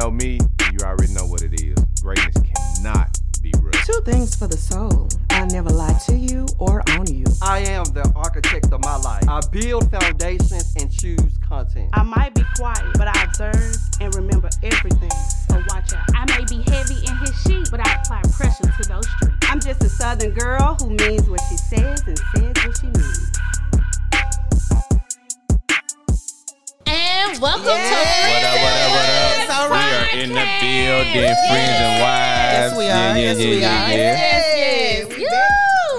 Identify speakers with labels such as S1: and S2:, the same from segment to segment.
S1: know me, you already know what it is. Greatness cannot be rushed.
S2: Two things for the soul. I never lie to you or on you.
S3: I am the architect of my life. I build foundations and choose content.
S4: I might be quiet, but I observe and remember everything. So watch out.
S5: I may be heavy in his sheet, but I apply pressure to those streets.
S6: I'm just a southern girl who means what she says and says what she means.
S5: And welcome
S1: What up, what up, what up?
S7: All right.
S1: We are in the building, friends and wives.
S7: Yes, we are.
S1: Yeah, yeah, yeah, yeah, yeah.
S7: Yes, we are.
S5: Yes, yes,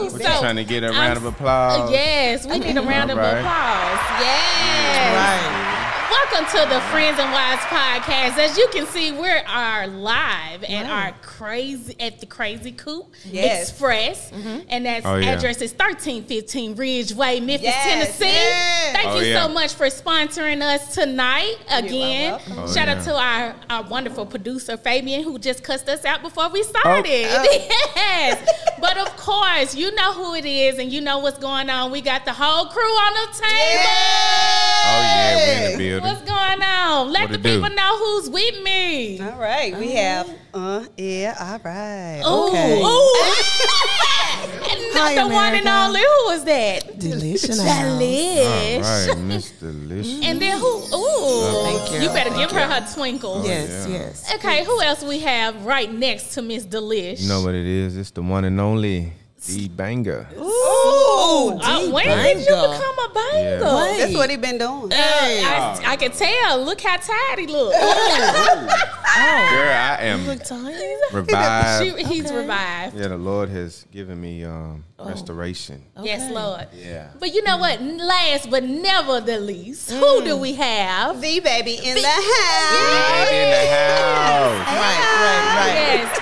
S5: yes.
S1: We're
S5: You.
S1: just trying to get a round of applause.
S5: Yes, we need a round of
S1: Alright.
S5: applause. Yes.
S7: Right.
S5: Welcome to the Friends and Wives podcast. As you can see, we are live at our crazy at the Crazy Coop
S7: Yes.
S5: Express, and that's
S1: Oh, yeah.
S5: address is thirteen fifteen Ridgeway, Memphis,
S7: Yes.
S5: Tennessee.
S7: Yes.
S5: Thank
S1: Oh,
S5: you
S1: yeah.
S5: so much for sponsoring us tonight again.
S1: welcome. Oh,
S5: Shout
S1: yeah.
S5: out to our, our wonderful producer Fabian who just cussed us out before we started.
S7: Oh.
S5: Yes, but of course you know who it is, and you know what's going on. We got the whole crew on the table.
S1: Oh, yeah, we're in the building.
S5: What's going on? Let
S1: What
S5: the
S1: it do?
S5: people know who's with me.
S6: All right, we have
S7: Uh, yeah, all right.
S5: Ooh,
S7: okay.
S5: ooh. and not
S7: Oh. Hi,
S5: the one and
S7: America.
S5: only. Who was that?
S2: Delicious.
S1: All
S5: Delish.
S1: right, Miss Delicious.
S5: And then who? Ooh.
S7: Thank you.
S5: You better give her her twinkle.
S7: Yes,
S1: yeah.
S7: yes.
S5: Okay, who else we have right next to Miss Delish?
S1: You know what it is? It's the one and only D Banger.
S7: Ooh,
S5: Uh, when did you
S7: banger.
S5: become a banger?
S7: What?
S6: That's what he been doing.
S5: Uh, I, I can tell. Look how tired he looks.
S1: Girl, I am revived.
S5: She- he's revived.
S1: Yeah, the Lord has given me um,
S7: Oh.
S1: restoration.
S5: Yes, Lord.
S1: Yeah.
S5: But you know what? Last but never the least,
S1: Mm.
S5: who do we have?
S6: The baby in the house.
S1: Everybody in the house.
S7: Right, right, right.
S5: Yes.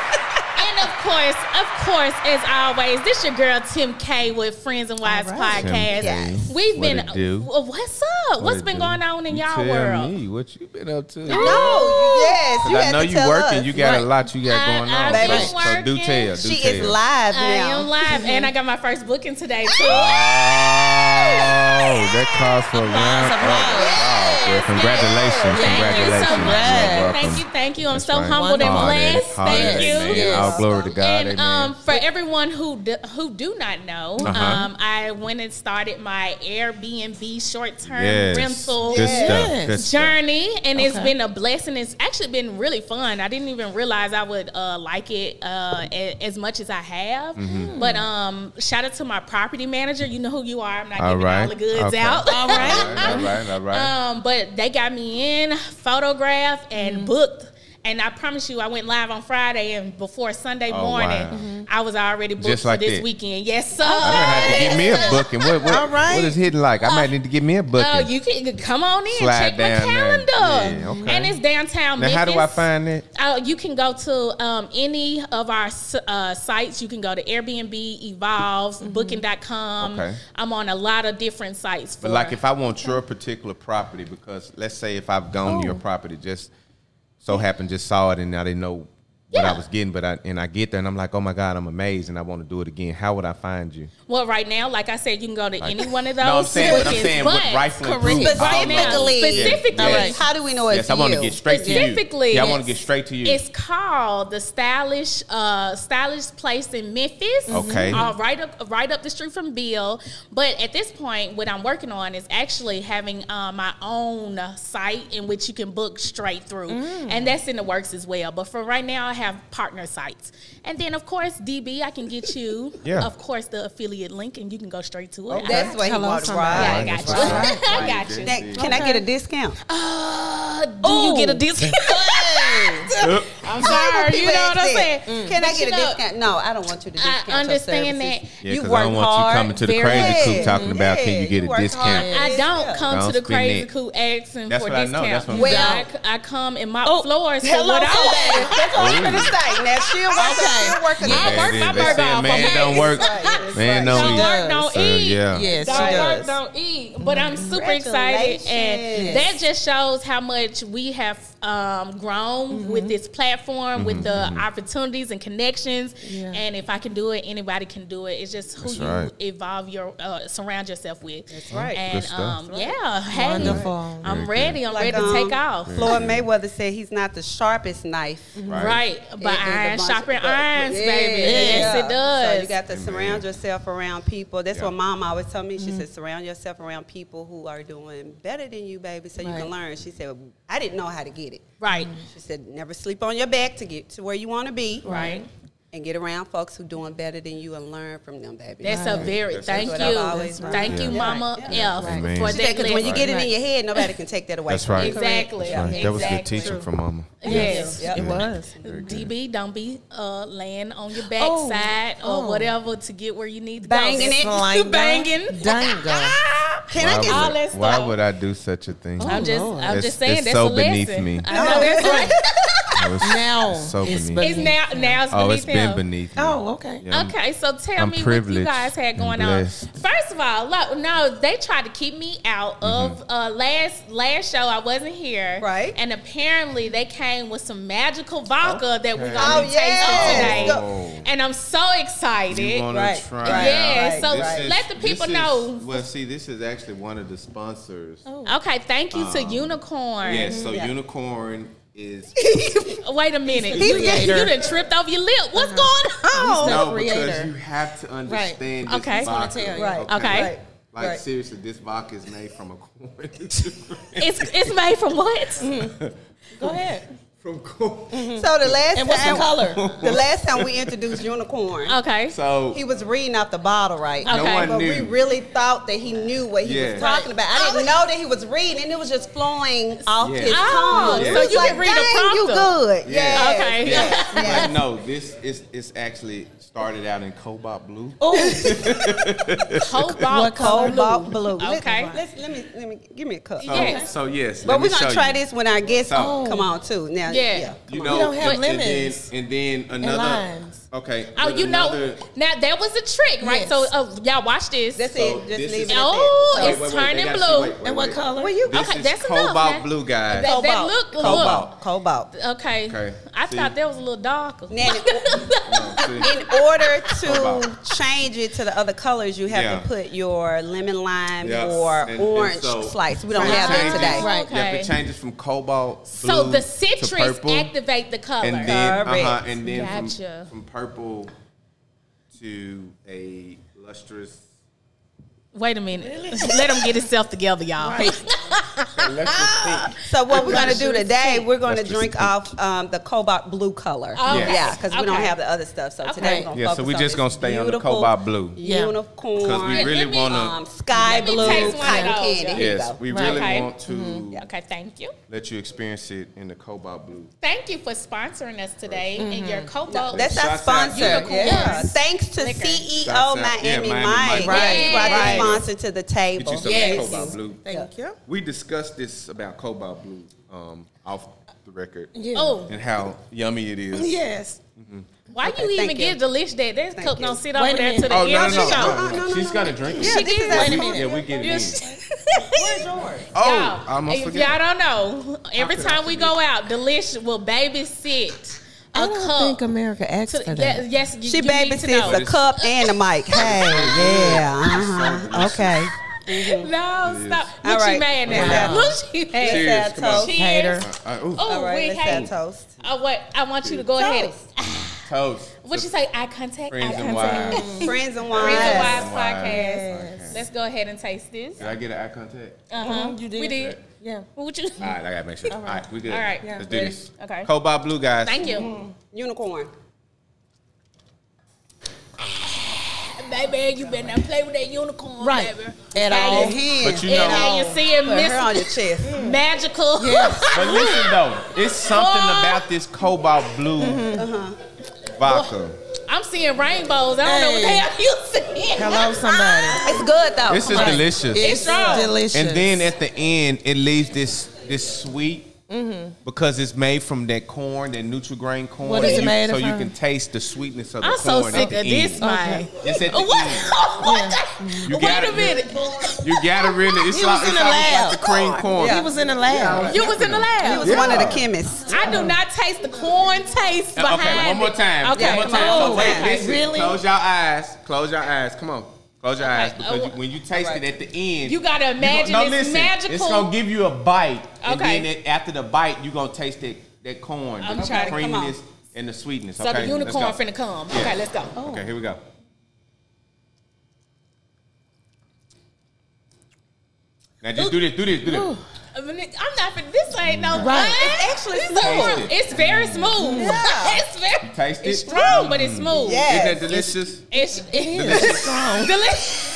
S5: and of course, of course, as always, this your girl Tim K with Friends and Wives
S1: Tim
S5: podcast.
S1: K.
S5: We've
S1: What
S5: been uh,
S1: it do?
S5: w- what's up?
S1: What
S5: what's
S1: it
S5: been
S1: do?
S5: going on in
S1: You
S5: y'all
S1: tell
S5: world?
S1: Me what you been up to?
S6: No, yes, Oh, you
S1: Cause I
S6: had
S1: know
S6: to
S1: you
S6: tell
S1: working.
S6: us.
S1: You got a
S5: Right.
S1: lot you got
S5: I-
S1: going
S5: I
S1: on.
S6: been
S1: so, so do
S5: working.
S1: tell. Do
S6: She
S1: tell.
S6: is live
S5: I
S6: now.
S5: am live, and I got my first booking today too.
S1: Oh, that calls for a round of applause. Well, Congratulations,
S5: Thank you so
S1: congratulations.
S5: much.
S1: You're welcome.
S5: Thank you, thank you. I'm
S1: That's
S5: so
S1: right.
S5: humbled and
S1: All that-
S5: blessed.
S1: all
S5: Thank
S1: that,
S5: you.
S1: man. All glory to God. amen.
S5: and um, for everyone who do, who do not know,
S1: Uh-huh.
S5: um, I went and started my Airbnb short term
S1: yes.
S5: rental
S1: Good stuff. Good stuff.
S5: journey, and it's been a blessing. It's actually been really fun. I didn't even realize I would uh, like it uh, a- as much as I have.
S1: Mm-hmm.
S5: But um, shout out to my property manager. You know who you are. I'm not
S1: All
S5: giving
S1: right.
S5: all the goods
S1: Okay.
S5: out. All
S1: All right, all right, all right.
S5: um, but they got me in, photographed, and booked. And I promise you, I went live on Friday, and before Sunday
S1: Oh,
S5: morning,
S1: wow. Mhm.
S5: I was already booked
S1: Just like
S5: for this
S1: that.
S5: weekend. Yes, sir.
S1: I might have to get me a booking. What, what,
S7: All right.
S1: what is hitting like? I might need to get me a booking.
S5: Oh, you can come on in,
S1: Slide
S5: check my
S1: down there.
S5: calendar,
S1: Yeah, okay.
S5: and it's downtown.
S1: now, how do I
S5: Memphis.
S1: find it?
S5: Oh, you can go to um, any of our s- uh, sites. You can go to Airbnb, Evolves, Booking.com.
S1: Okay.
S5: I'm on a lot of different sites. For
S1: But like, if I want your particular property, because let's say if I've gone to your
S6: Oh.
S1: property, just so happened, just saw it, and I didn't know what I
S5: Yeah.
S1: was getting, but I and I get there, and I'm like, oh my god, I'm amazed, and I want to do it again. How would I find you?
S5: well, right now, like I said, you can go to any one of those.
S1: No, I'm saying, but I'm
S5: bookings,
S1: saying with
S5: but-
S1: rifling
S5: Correct.
S1: through
S6: Specifically.
S5: Right now. Specifically.
S1: Yeah. Yes.
S6: How do we know it's
S1: yes, I want to
S6: you?
S1: get straight to you.
S5: Specifically,
S1: yeah, I want to
S5: it's-
S1: get straight to you.
S5: It's called the stylish, uh, stylish place in Memphis.
S1: Mm-hmm. Okay.
S5: uh, right up, right up the street from Bill. But at this point, what I'm working on is actually having uh, my own site in which you can book straight through, and that's in the works as well. But for right now, I have partner sites, and then of course DB, I can get you,
S1: Yeah.
S5: of course, the affiliate link, and you can go straight to it.
S6: That's why he
S2: Hello,
S6: walked
S2: somebody.
S5: I, yeah, I
S6: right.
S5: got you.
S1: That's what's up.
S5: I got you.
S6: That- Can I get a discount?
S5: Uh, do you get a discount?
S1: Yep.
S5: I'm sorry, you know what I'm saying.
S6: Mm.
S8: Mm.
S6: Can I
S5: But you
S6: get a
S5: know,
S6: discount? No, I don't want you to
S5: I
S6: discount. your
S5: understand that.
S6: services.
S1: yeah,
S6: you
S1: because
S6: work
S1: I don't want
S6: hard,
S1: you coming to the
S6: very-
S1: crazy
S6: Yeah,
S1: coop talking about can
S6: yeah,
S1: you get
S6: you
S1: a
S6: work
S1: discount?
S6: hard.
S5: I don't come
S1: Don't
S5: to the
S1: spin
S5: crazy
S1: it.
S5: coop asking
S1: That's
S5: for
S1: what I know.
S5: discount.
S1: That's what I'm
S5: Well,
S6: saying.
S5: I, I come and mop floors. So
S7: hello,
S5: what
S7: somebody.
S5: I
S6: That's what I'm gonna say. Now she'll work.
S7: Okay.
S6: She'll work.
S1: There
S5: I
S1: it
S5: work
S1: is.
S5: my
S1: They
S5: burger
S1: said
S5: off,
S1: Man
S5: okay?
S1: don't work. Man
S5: don't
S1: don't eat.
S5: work, don't
S1: So,
S5: eat.
S1: yeah.
S7: Yes,
S5: don't
S7: she
S5: work,
S7: does.
S5: don't eat. But I'm super excited, and
S6: Congratulations.
S5: that just shows how much we have um, grown with this platform
S1: Mm-hmm.
S5: with the opportunities and connections.
S9: Yeah.
S5: And if I can do it, anybody can do it. It's just who
S1: That's
S5: you
S1: right.
S5: evolve your uh, surround yourself with. That's
S9: right.
S5: And
S1: Good stuff.
S5: um, yeah, hey,
S9: Wonderful.
S5: I'm
S1: Very good.
S5: ready. I'm
S8: Like,
S5: ready to
S8: um,
S5: take off.
S8: Floyd Mayweather said he's not the sharpest knife.
S5: Right, but
S8: It is a
S5: iron
S8: bunch-
S5: sharpens
S8: but-
S5: irons,
S8: yeah,
S5: baby. Yes,
S8: yeah.
S5: it does.
S8: So you got to surround yourself around people. That's
S1: Yeah.
S8: what mom always told me. She
S5: Mm-hmm.
S8: said, surround yourself around people who are doing better than you, baby, so you
S9: Right.
S8: can learn. She said, I didn't know how to get it.
S5: right,
S8: She said, never sleep on your back to get to where you want to be.
S5: right.
S8: And get around folks who doing better than you and learn from them, baby.
S5: That's a very
S1: That's
S5: thank
S8: what I've
S5: you,
S8: always learned.
S5: thank you,
S1: Yeah.
S5: Mama F,
S1: Amen.
S5: for
S1: She
S5: that.
S8: because when you
S5: lesson.
S8: get it in your head, nobody can take that away.
S1: That's
S8: from
S1: right.
S8: you.
S5: exactly,
S1: That's right. That was good
S5: exactly.
S1: teaching from Mama.
S5: Yes.
S9: It was.
S5: DB, don't be uh, laying on your backside or whatever to get where you need to
S8: Oh. Banging
S5: go.
S8: it.
S9: Slinger.
S5: banging.
S9: Dango.
S8: Can
S1: why
S8: I get
S5: all
S1: would,
S5: that
S1: Why
S5: stuff?
S1: would I do such a thing?
S5: I'm just,
S9: Lord.
S5: I'm
S1: Oh, It's-
S5: just saying
S1: it's
S5: that's
S1: so
S5: a lesson.
S1: beneath me.
S5: I know that's right.
S1: That was
S9: Now
S1: so
S9: it's
S1: beneath.
S5: It's now, now it's
S1: oh,
S5: beneath
S1: it's been
S5: him.
S1: beneath me.
S9: Oh, okay.
S1: Yeah, I'm-
S5: Okay, so tell
S1: I'm
S5: me what you
S1: privileged
S5: guys had
S1: and
S5: going on.
S1: blessed.
S5: First of all, look, no, they tried to keep me out
S1: Mm-hmm.
S5: of uh, last last show. I wasn't here,
S8: Right.
S5: And apparently, they came with some magical vodka that we're gonna
S8: Oh,
S5: be
S8: yes.
S5: tasting today,
S1: Oh.
S5: and I'm so
S1: You
S5: excited.
S1: wanna
S8: Right.
S1: try
S8: Right.
S5: Yeah,
S8: Right.
S5: so
S1: This
S8: Right.
S1: is-
S5: let the
S1: this
S5: people
S1: is-
S5: know. Oh,
S1: Well, see, this is actually one of the sponsors.
S5: Okay, thank you to Unicorn.
S1: Oh. Yes, so Unicorn is
S5: Wait a minute, you, done- you done tripped over your lip. What's
S1: Uh-huh.
S8: Oh.
S5: going on?
S1: no because
S9: creator.
S1: you have to understand this
S5: Okay. That's what I'm
S1: vodka.
S9: telling you.
S1: Right.
S9: Right.
S5: Okay.
S9: Right.
S1: Like
S9: Right.
S1: seriously, this vodka is made from a corn.
S5: It's it's made from what?
S8: Mm-hmm.
S9: Go ahead.
S1: from corn.
S5: Mm-hmm.
S8: So the last
S9: And what's the
S8: time,
S9: color?
S8: the last time we introduced unicorn,
S5: Okay.
S1: So
S8: he was reading out the bottle, right?
S5: Oh. Okay.
S1: no one
S8: But
S1: knew.
S8: we really thought that he knew what he
S1: Yeah.
S8: was talking about. I didn't know that he was reading, and it was just flowing off
S1: Yeah.
S5: Oh,
S8: his tongue.
S1: so
S8: It was
S5: you can read a
S8: "Dang, you
S5: prompter."
S8: good.
S1: Yeah.
S8: Yeah.
S5: Okay.
S1: yeah. But no, this is it's actually started out in cobalt blue.
S5: Oh, Cobalt
S9: What color?
S8: Cobalt blue.
S5: Okay.
S8: Let, let's, let me let me give me a cup.
S1: So,
S5: Yeah.
S1: so yes.
S8: But
S1: let me
S8: we're gonna
S1: show
S8: try
S1: you.
S8: this when our guests
S1: So-
S8: come on too. Now,
S5: Yeah.
S8: yeah.
S1: You know,
S9: don't have
S1: and then-
S9: lemons
S1: And then, another.
S9: limes.
S1: Okay.
S5: Oh,
S1: but
S5: you know,
S1: another-
S5: now that was a trick, right?
S9: Yes.
S5: So, uh, y'all watch this.
S8: That's
S1: So
S8: it. Just
S1: this
S8: leave
S1: is-
S8: it.
S5: Oh,
S8: at that.
S5: it's- turning
S1: they gotta
S5: blue.
S9: And what color? Well,
S8: you-
S1: This
S5: Okay,
S1: is
S5: that's enough,
S1: cobalt
S5: man.
S1: blue, guys.
S5: That, that
S8: Cobalt.
S5: look,
S1: Cobalt.
S5: look.
S8: cobalt.
S5: Okay.
S1: Okay,
S5: I
S1: see?
S5: thought that was a little darker.
S8: Now, in
S1: No, see?
S8: order to
S1: Cobalt.
S8: change it to the other colors, you have
S1: Yeah.
S8: to put your lemon lime
S1: Yeah.
S8: or
S1: And- and
S8: orange
S1: so-
S8: slice. We don't
S1: so it
S8: have that
S1: changes-
S8: today.
S5: Right.
S1: Yeah,
S5: Okay.
S1: it changes from cobalt blue
S5: so the
S1: to
S5: citrus
S1: purple,
S5: activate the color.
S1: and then
S8: Correct.
S1: uh-huh, and then from-
S5: Gotcha.
S1: from, purple to a lustrous.
S5: Wait a minute. Let him get himself together, y'all.
S1: lustrous pink.
S8: So what we're gonna do
S5: Lustrous
S8: today, we're gonna
S1: Lustrous
S8: drink
S1: pink.
S8: off um, the cobalt blue color.
S5: Oh,
S1: Yes.
S8: Yeah, because we don't
S5: okay.
S8: have the other stuff. So today
S5: Okay.
S8: we're gonna
S1: Yeah, so
S8: focus
S1: we
S8: on
S1: just
S8: this
S1: gonna stay on the
S8: beautiful
S1: cobalt blue.
S9: Yeah.
S8: unicorn,
S1: Because we really
S5: me,
S1: want to.
S8: um, sky
S5: Let me
S8: blue
S5: taste one of
S8: cotton
S5: those,
S8: candy.
S5: y'all.
S8: Here you
S1: yes,
S8: go.
S1: we
S5: Right.
S1: really
S5: Okay.
S1: want to
S5: Mm-hmm. Okay, thank you.
S1: let you experience it in the cobalt blue.
S5: Thank you for sponsoring us today in your cobalt.
S8: That's our
S1: Shouts out
S8: sponsor.
S1: Unicorn.
S8: Yeah. Thanks to
S5: Liquor.
S1: Shouts
S8: CEO
S1: out-
S8: Miami,
S1: yeah, Miami
S8: Mike.
S1: Mike.
S8: Right. He brought
S9: Right.
S8: the sponsor to the
S1: Get you
S8: table.
S1: some
S9: Yes.
S1: cobalt blue.
S9: Thank you.
S1: We discussed this about cobalt blue um, off the record
S5: Oh, Mm-hmm.
S1: and how yummy it is.
S9: Yes.
S5: why you even
S8: thank
S5: give
S8: you.
S5: the list that? That cup
S8: you.
S5: don't sit over
S9: Wait a
S5: there
S9: minute.
S5: to the
S1: Oh
S5: end
S1: no
S5: of
S1: no
S5: the show.
S1: no! no, She's got to drink it.
S8: Yeah, this is our
S1: we,
S8: sponsor.
S1: yeah, we get it. in.
S8: Where's yours?
S1: Oh,
S5: Y'all,
S1: I almost
S5: if
S1: forgot.
S5: y'all don't know, every
S1: could I
S5: time we
S1: forget?
S5: go out, Delish will babysit a
S9: I don't
S5: cup.
S9: think America asked
S5: to,
S9: for
S5: yes,
S9: that.
S5: yes, you,
S8: She
S5: you need to know.
S8: babysits a cup and a mic. Hey, yeah. Uh-huh. Okay.
S5: No, stop.
S8: All
S5: Look, she
S8: right.
S5: mad
S8: Wow.
S5: now. Look, she mad.
S1: Cheers,
S8: Let's have
S1: come on.
S8: toast.
S5: Cheers.
S1: Uh, ooh,
S5: Oh,
S8: All right,
S5: we
S8: let's
S5: hate.
S8: have toast.
S5: Oh, what? I want you to go ahead.
S8: Toast.
S1: toast.
S5: What you say? Eye contact. Eye
S1: Friends and
S5: contact.
S1: wives.
S8: Friends and
S5: Friends and
S8: wives.
S5: Wives
S1: Yes.
S5: podcast.
S1: Yes.
S5: Let's go ahead and taste this.
S1: Did I get an eye contact?
S5: Uh huh.
S9: Oh, you did.
S5: We did.
S9: Yeah.
S5: What you?
S1: Mm-hmm. All right, I gotta make sure. All right, we good.
S5: All right.
S1: let's do
S5: Ready?
S1: this.
S5: Okay.
S1: Cobalt blue, guys.
S5: Thank you,
S8: Unicorn.
S5: baby. You better not play with that unicorn,
S9: Right.
S5: baby.
S9: At
S5: all.
S9: all.
S1: But you
S5: And
S1: know,
S5: now you see it,
S8: Put her on
S5: Miss
S8: your chest.
S5: Mm-hmm. Magical.
S1: but listen though, it's something about this cobalt blue vodka.
S5: I'm seeing rainbows. I don't know what the
S9: Hey.
S5: hell you seeing.
S9: Hello, somebody.
S8: It's good though.
S1: This is delicious.
S5: strong.
S9: delicious.
S1: And then at the end, it leaves this this sweet because it's made from that corn, that Nutri-Grain corn.
S9: Mm-hmm. What is
S1: and
S9: it
S1: you-
S9: made
S1: so
S9: from?
S1: you can taste the sweetness of the
S5: I'm
S1: corn.
S5: so
S1: at
S5: sick of
S1: the
S5: this,
S1: end.
S5: Mike.
S1: Just E. at the
S5: What?
S1: end.
S5: What the-
S1: You
S5: Wait
S1: gotta-
S5: a minute.
S1: You gotta really. It's
S9: He
S1: like,
S9: was in
S1: it's
S9: the
S1: almost
S9: lab.
S1: like the cream corn.
S9: He was in the lab.
S5: You was in the lab.
S8: He was one of the chemists.
S5: I do not taste the corn taste behind.
S1: Uh, Okay, one more
S5: it.
S1: time.
S5: Okay,
S1: one more
S5: come
S1: time.
S5: on.
S1: So wait,
S9: Okay.
S1: listen.
S9: Really?
S1: Close your eyes. Close your eyes. Come on. Close your eyes because
S5: Oh,
S1: you, when you taste
S9: alright.
S1: it at the end,
S5: You gotta
S1: gon-
S5: imagine it's magical.
S1: It's gonna give you a bite, and
S5: Okay.
S1: then it, after the bite, you are gonna taste that that corn,
S5: I'm
S1: the
S5: trying to- come on.
S1: creaminess and the sweetness.
S5: So
S1: okay,
S5: the unicorn
S1: let's go.
S5: finna come.
S1: Yeah.
S5: Okay, let's go.
S1: Okay, here we go. Now just do this, do this, do this.
S5: I mean, Uh, I'm not finna. This ain't no
S9: Right.
S5: fun.
S9: It's actually
S5: This
S9: smooth.
S5: is-
S1: Taste it.
S5: It's very smooth.
S9: Yeah.
S5: it's very.
S1: You taste
S5: It's
S1: it? Mm.
S5: strong, but it's smooth.
S9: Yeah. Yes.
S1: Isn't that delicious?
S5: It's
S1: Delicious.
S5: it's
S9: Strong.
S5: Delish,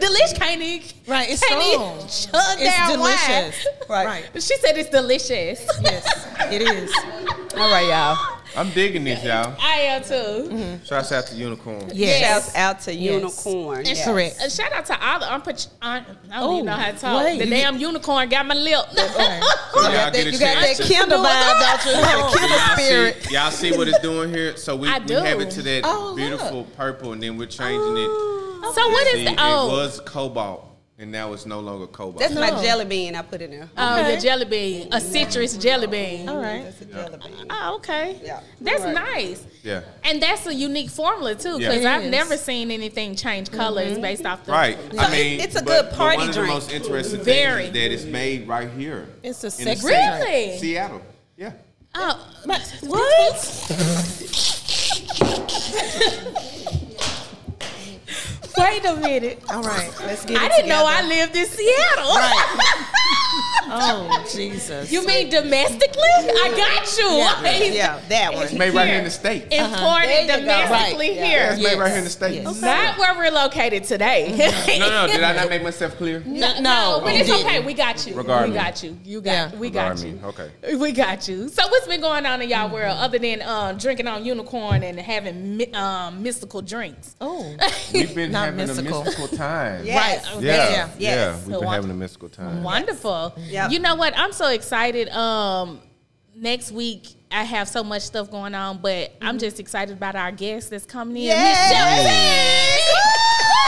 S5: Delish can't eat.
S9: Right, it's
S5: can't
S9: strong.
S5: even Chug
S9: It's
S5: down
S9: delicious.
S5: Wine.
S9: Right.
S5: She said it's delicious.
S9: Yes, it is. All right, y'all. Mm-hmm.
S1: I'm digging this, y'all.
S5: I am too.
S1: Shouts out to Unicorn.
S9: Yes.
S8: Shouts out to
S9: Yes.
S8: Unicorn.
S5: And sh-
S9: Correct.
S5: and Uh, shout out to all the unpatch. Un- I don't
S9: Oh,
S5: even know how to talk.
S9: wait,
S5: the
S9: you-
S5: damn unicorn got my lip.
S9: Okay.
S1: So y'all
S8: got
S1: get a
S8: that, you got
S1: chance
S8: that
S1: to-
S8: Kindle vibe, don't you? You got a Kindle
S1: y'all
S8: spirit.
S1: See, y'all see what it's doing here? So we,
S5: I
S1: we
S5: do.
S1: have it to that
S9: Oh, look.
S1: beautiful purple, and then we're changing it.
S5: so what
S1: See,
S5: is the
S1: it
S5: oh?
S1: was cobalt, and now it's no longer cobalt.
S8: That's my
S9: No.
S8: jelly bean. I put it in.
S5: Oh,
S9: Okay.
S5: the jelly bean, a citrus jelly bean.
S9: All right.
S8: That's a jelly bean.
S5: Oh, okay.
S8: Yeah.
S5: That's
S8: Right.
S5: nice.
S1: yeah,
S5: And that's a unique formula too,
S1: Yeah.
S5: because
S1: It
S5: I've
S9: is. Mm-hmm.
S5: never seen anything change colors based off the
S1: right.
S8: So
S1: I mean,
S8: it's- it's a
S1: but-
S8: good
S1: but
S8: party
S1: one of the
S8: drink.
S1: most interesting
S5: Very.
S1: things is that it's made right here.
S9: It's a
S1: in the
S9: sexy
S1: city-
S5: drink.
S1: Seattle. Yeah.
S5: Oh,
S9: What?
S5: wait a minute!
S9: All right, let's get it
S5: I didn't know I
S9: together.
S5: lived in Seattle.
S9: Oh, Jesus.
S5: you mean domestically? I got you.
S9: Yeah.
S5: Like,
S8: Yeah, that one.
S1: It's made right here in the state. It's
S5: Imported
S8: There you go.
S5: domestically
S9: Right. Yeah.
S5: here.
S1: made right
S9: Yes.
S1: here in the state.
S9: Yes.
S5: Not where we're located today.
S1: No, no. Did I not make myself clear?
S5: No,
S9: No,
S5: but
S9: you
S5: it's
S9: didn't.
S5: okay. We got you.
S1: Regardless.
S5: We got you. You got.
S9: Yeah.
S5: We got
S1: Regardless.
S5: you.
S1: Okay.
S5: We got you. So what's been going on in y'all world other than um, drinking on unicorn and having mi- um, mystical drinks?
S9: Oh,
S1: We've been
S9: Not
S1: having
S9: mystical.
S1: a mystical time.
S8: Yes.
S9: right.
S1: Yeah,
S9: Yeah.
S1: yeah,
S8: Yes.
S1: We've been having a mystical time.
S5: Wonderful.
S8: Yep.
S5: You know what? I'm so excited. Um, next week I have so much stuff going on, but I'm just excited about our guest that's coming in. Miss Shelton.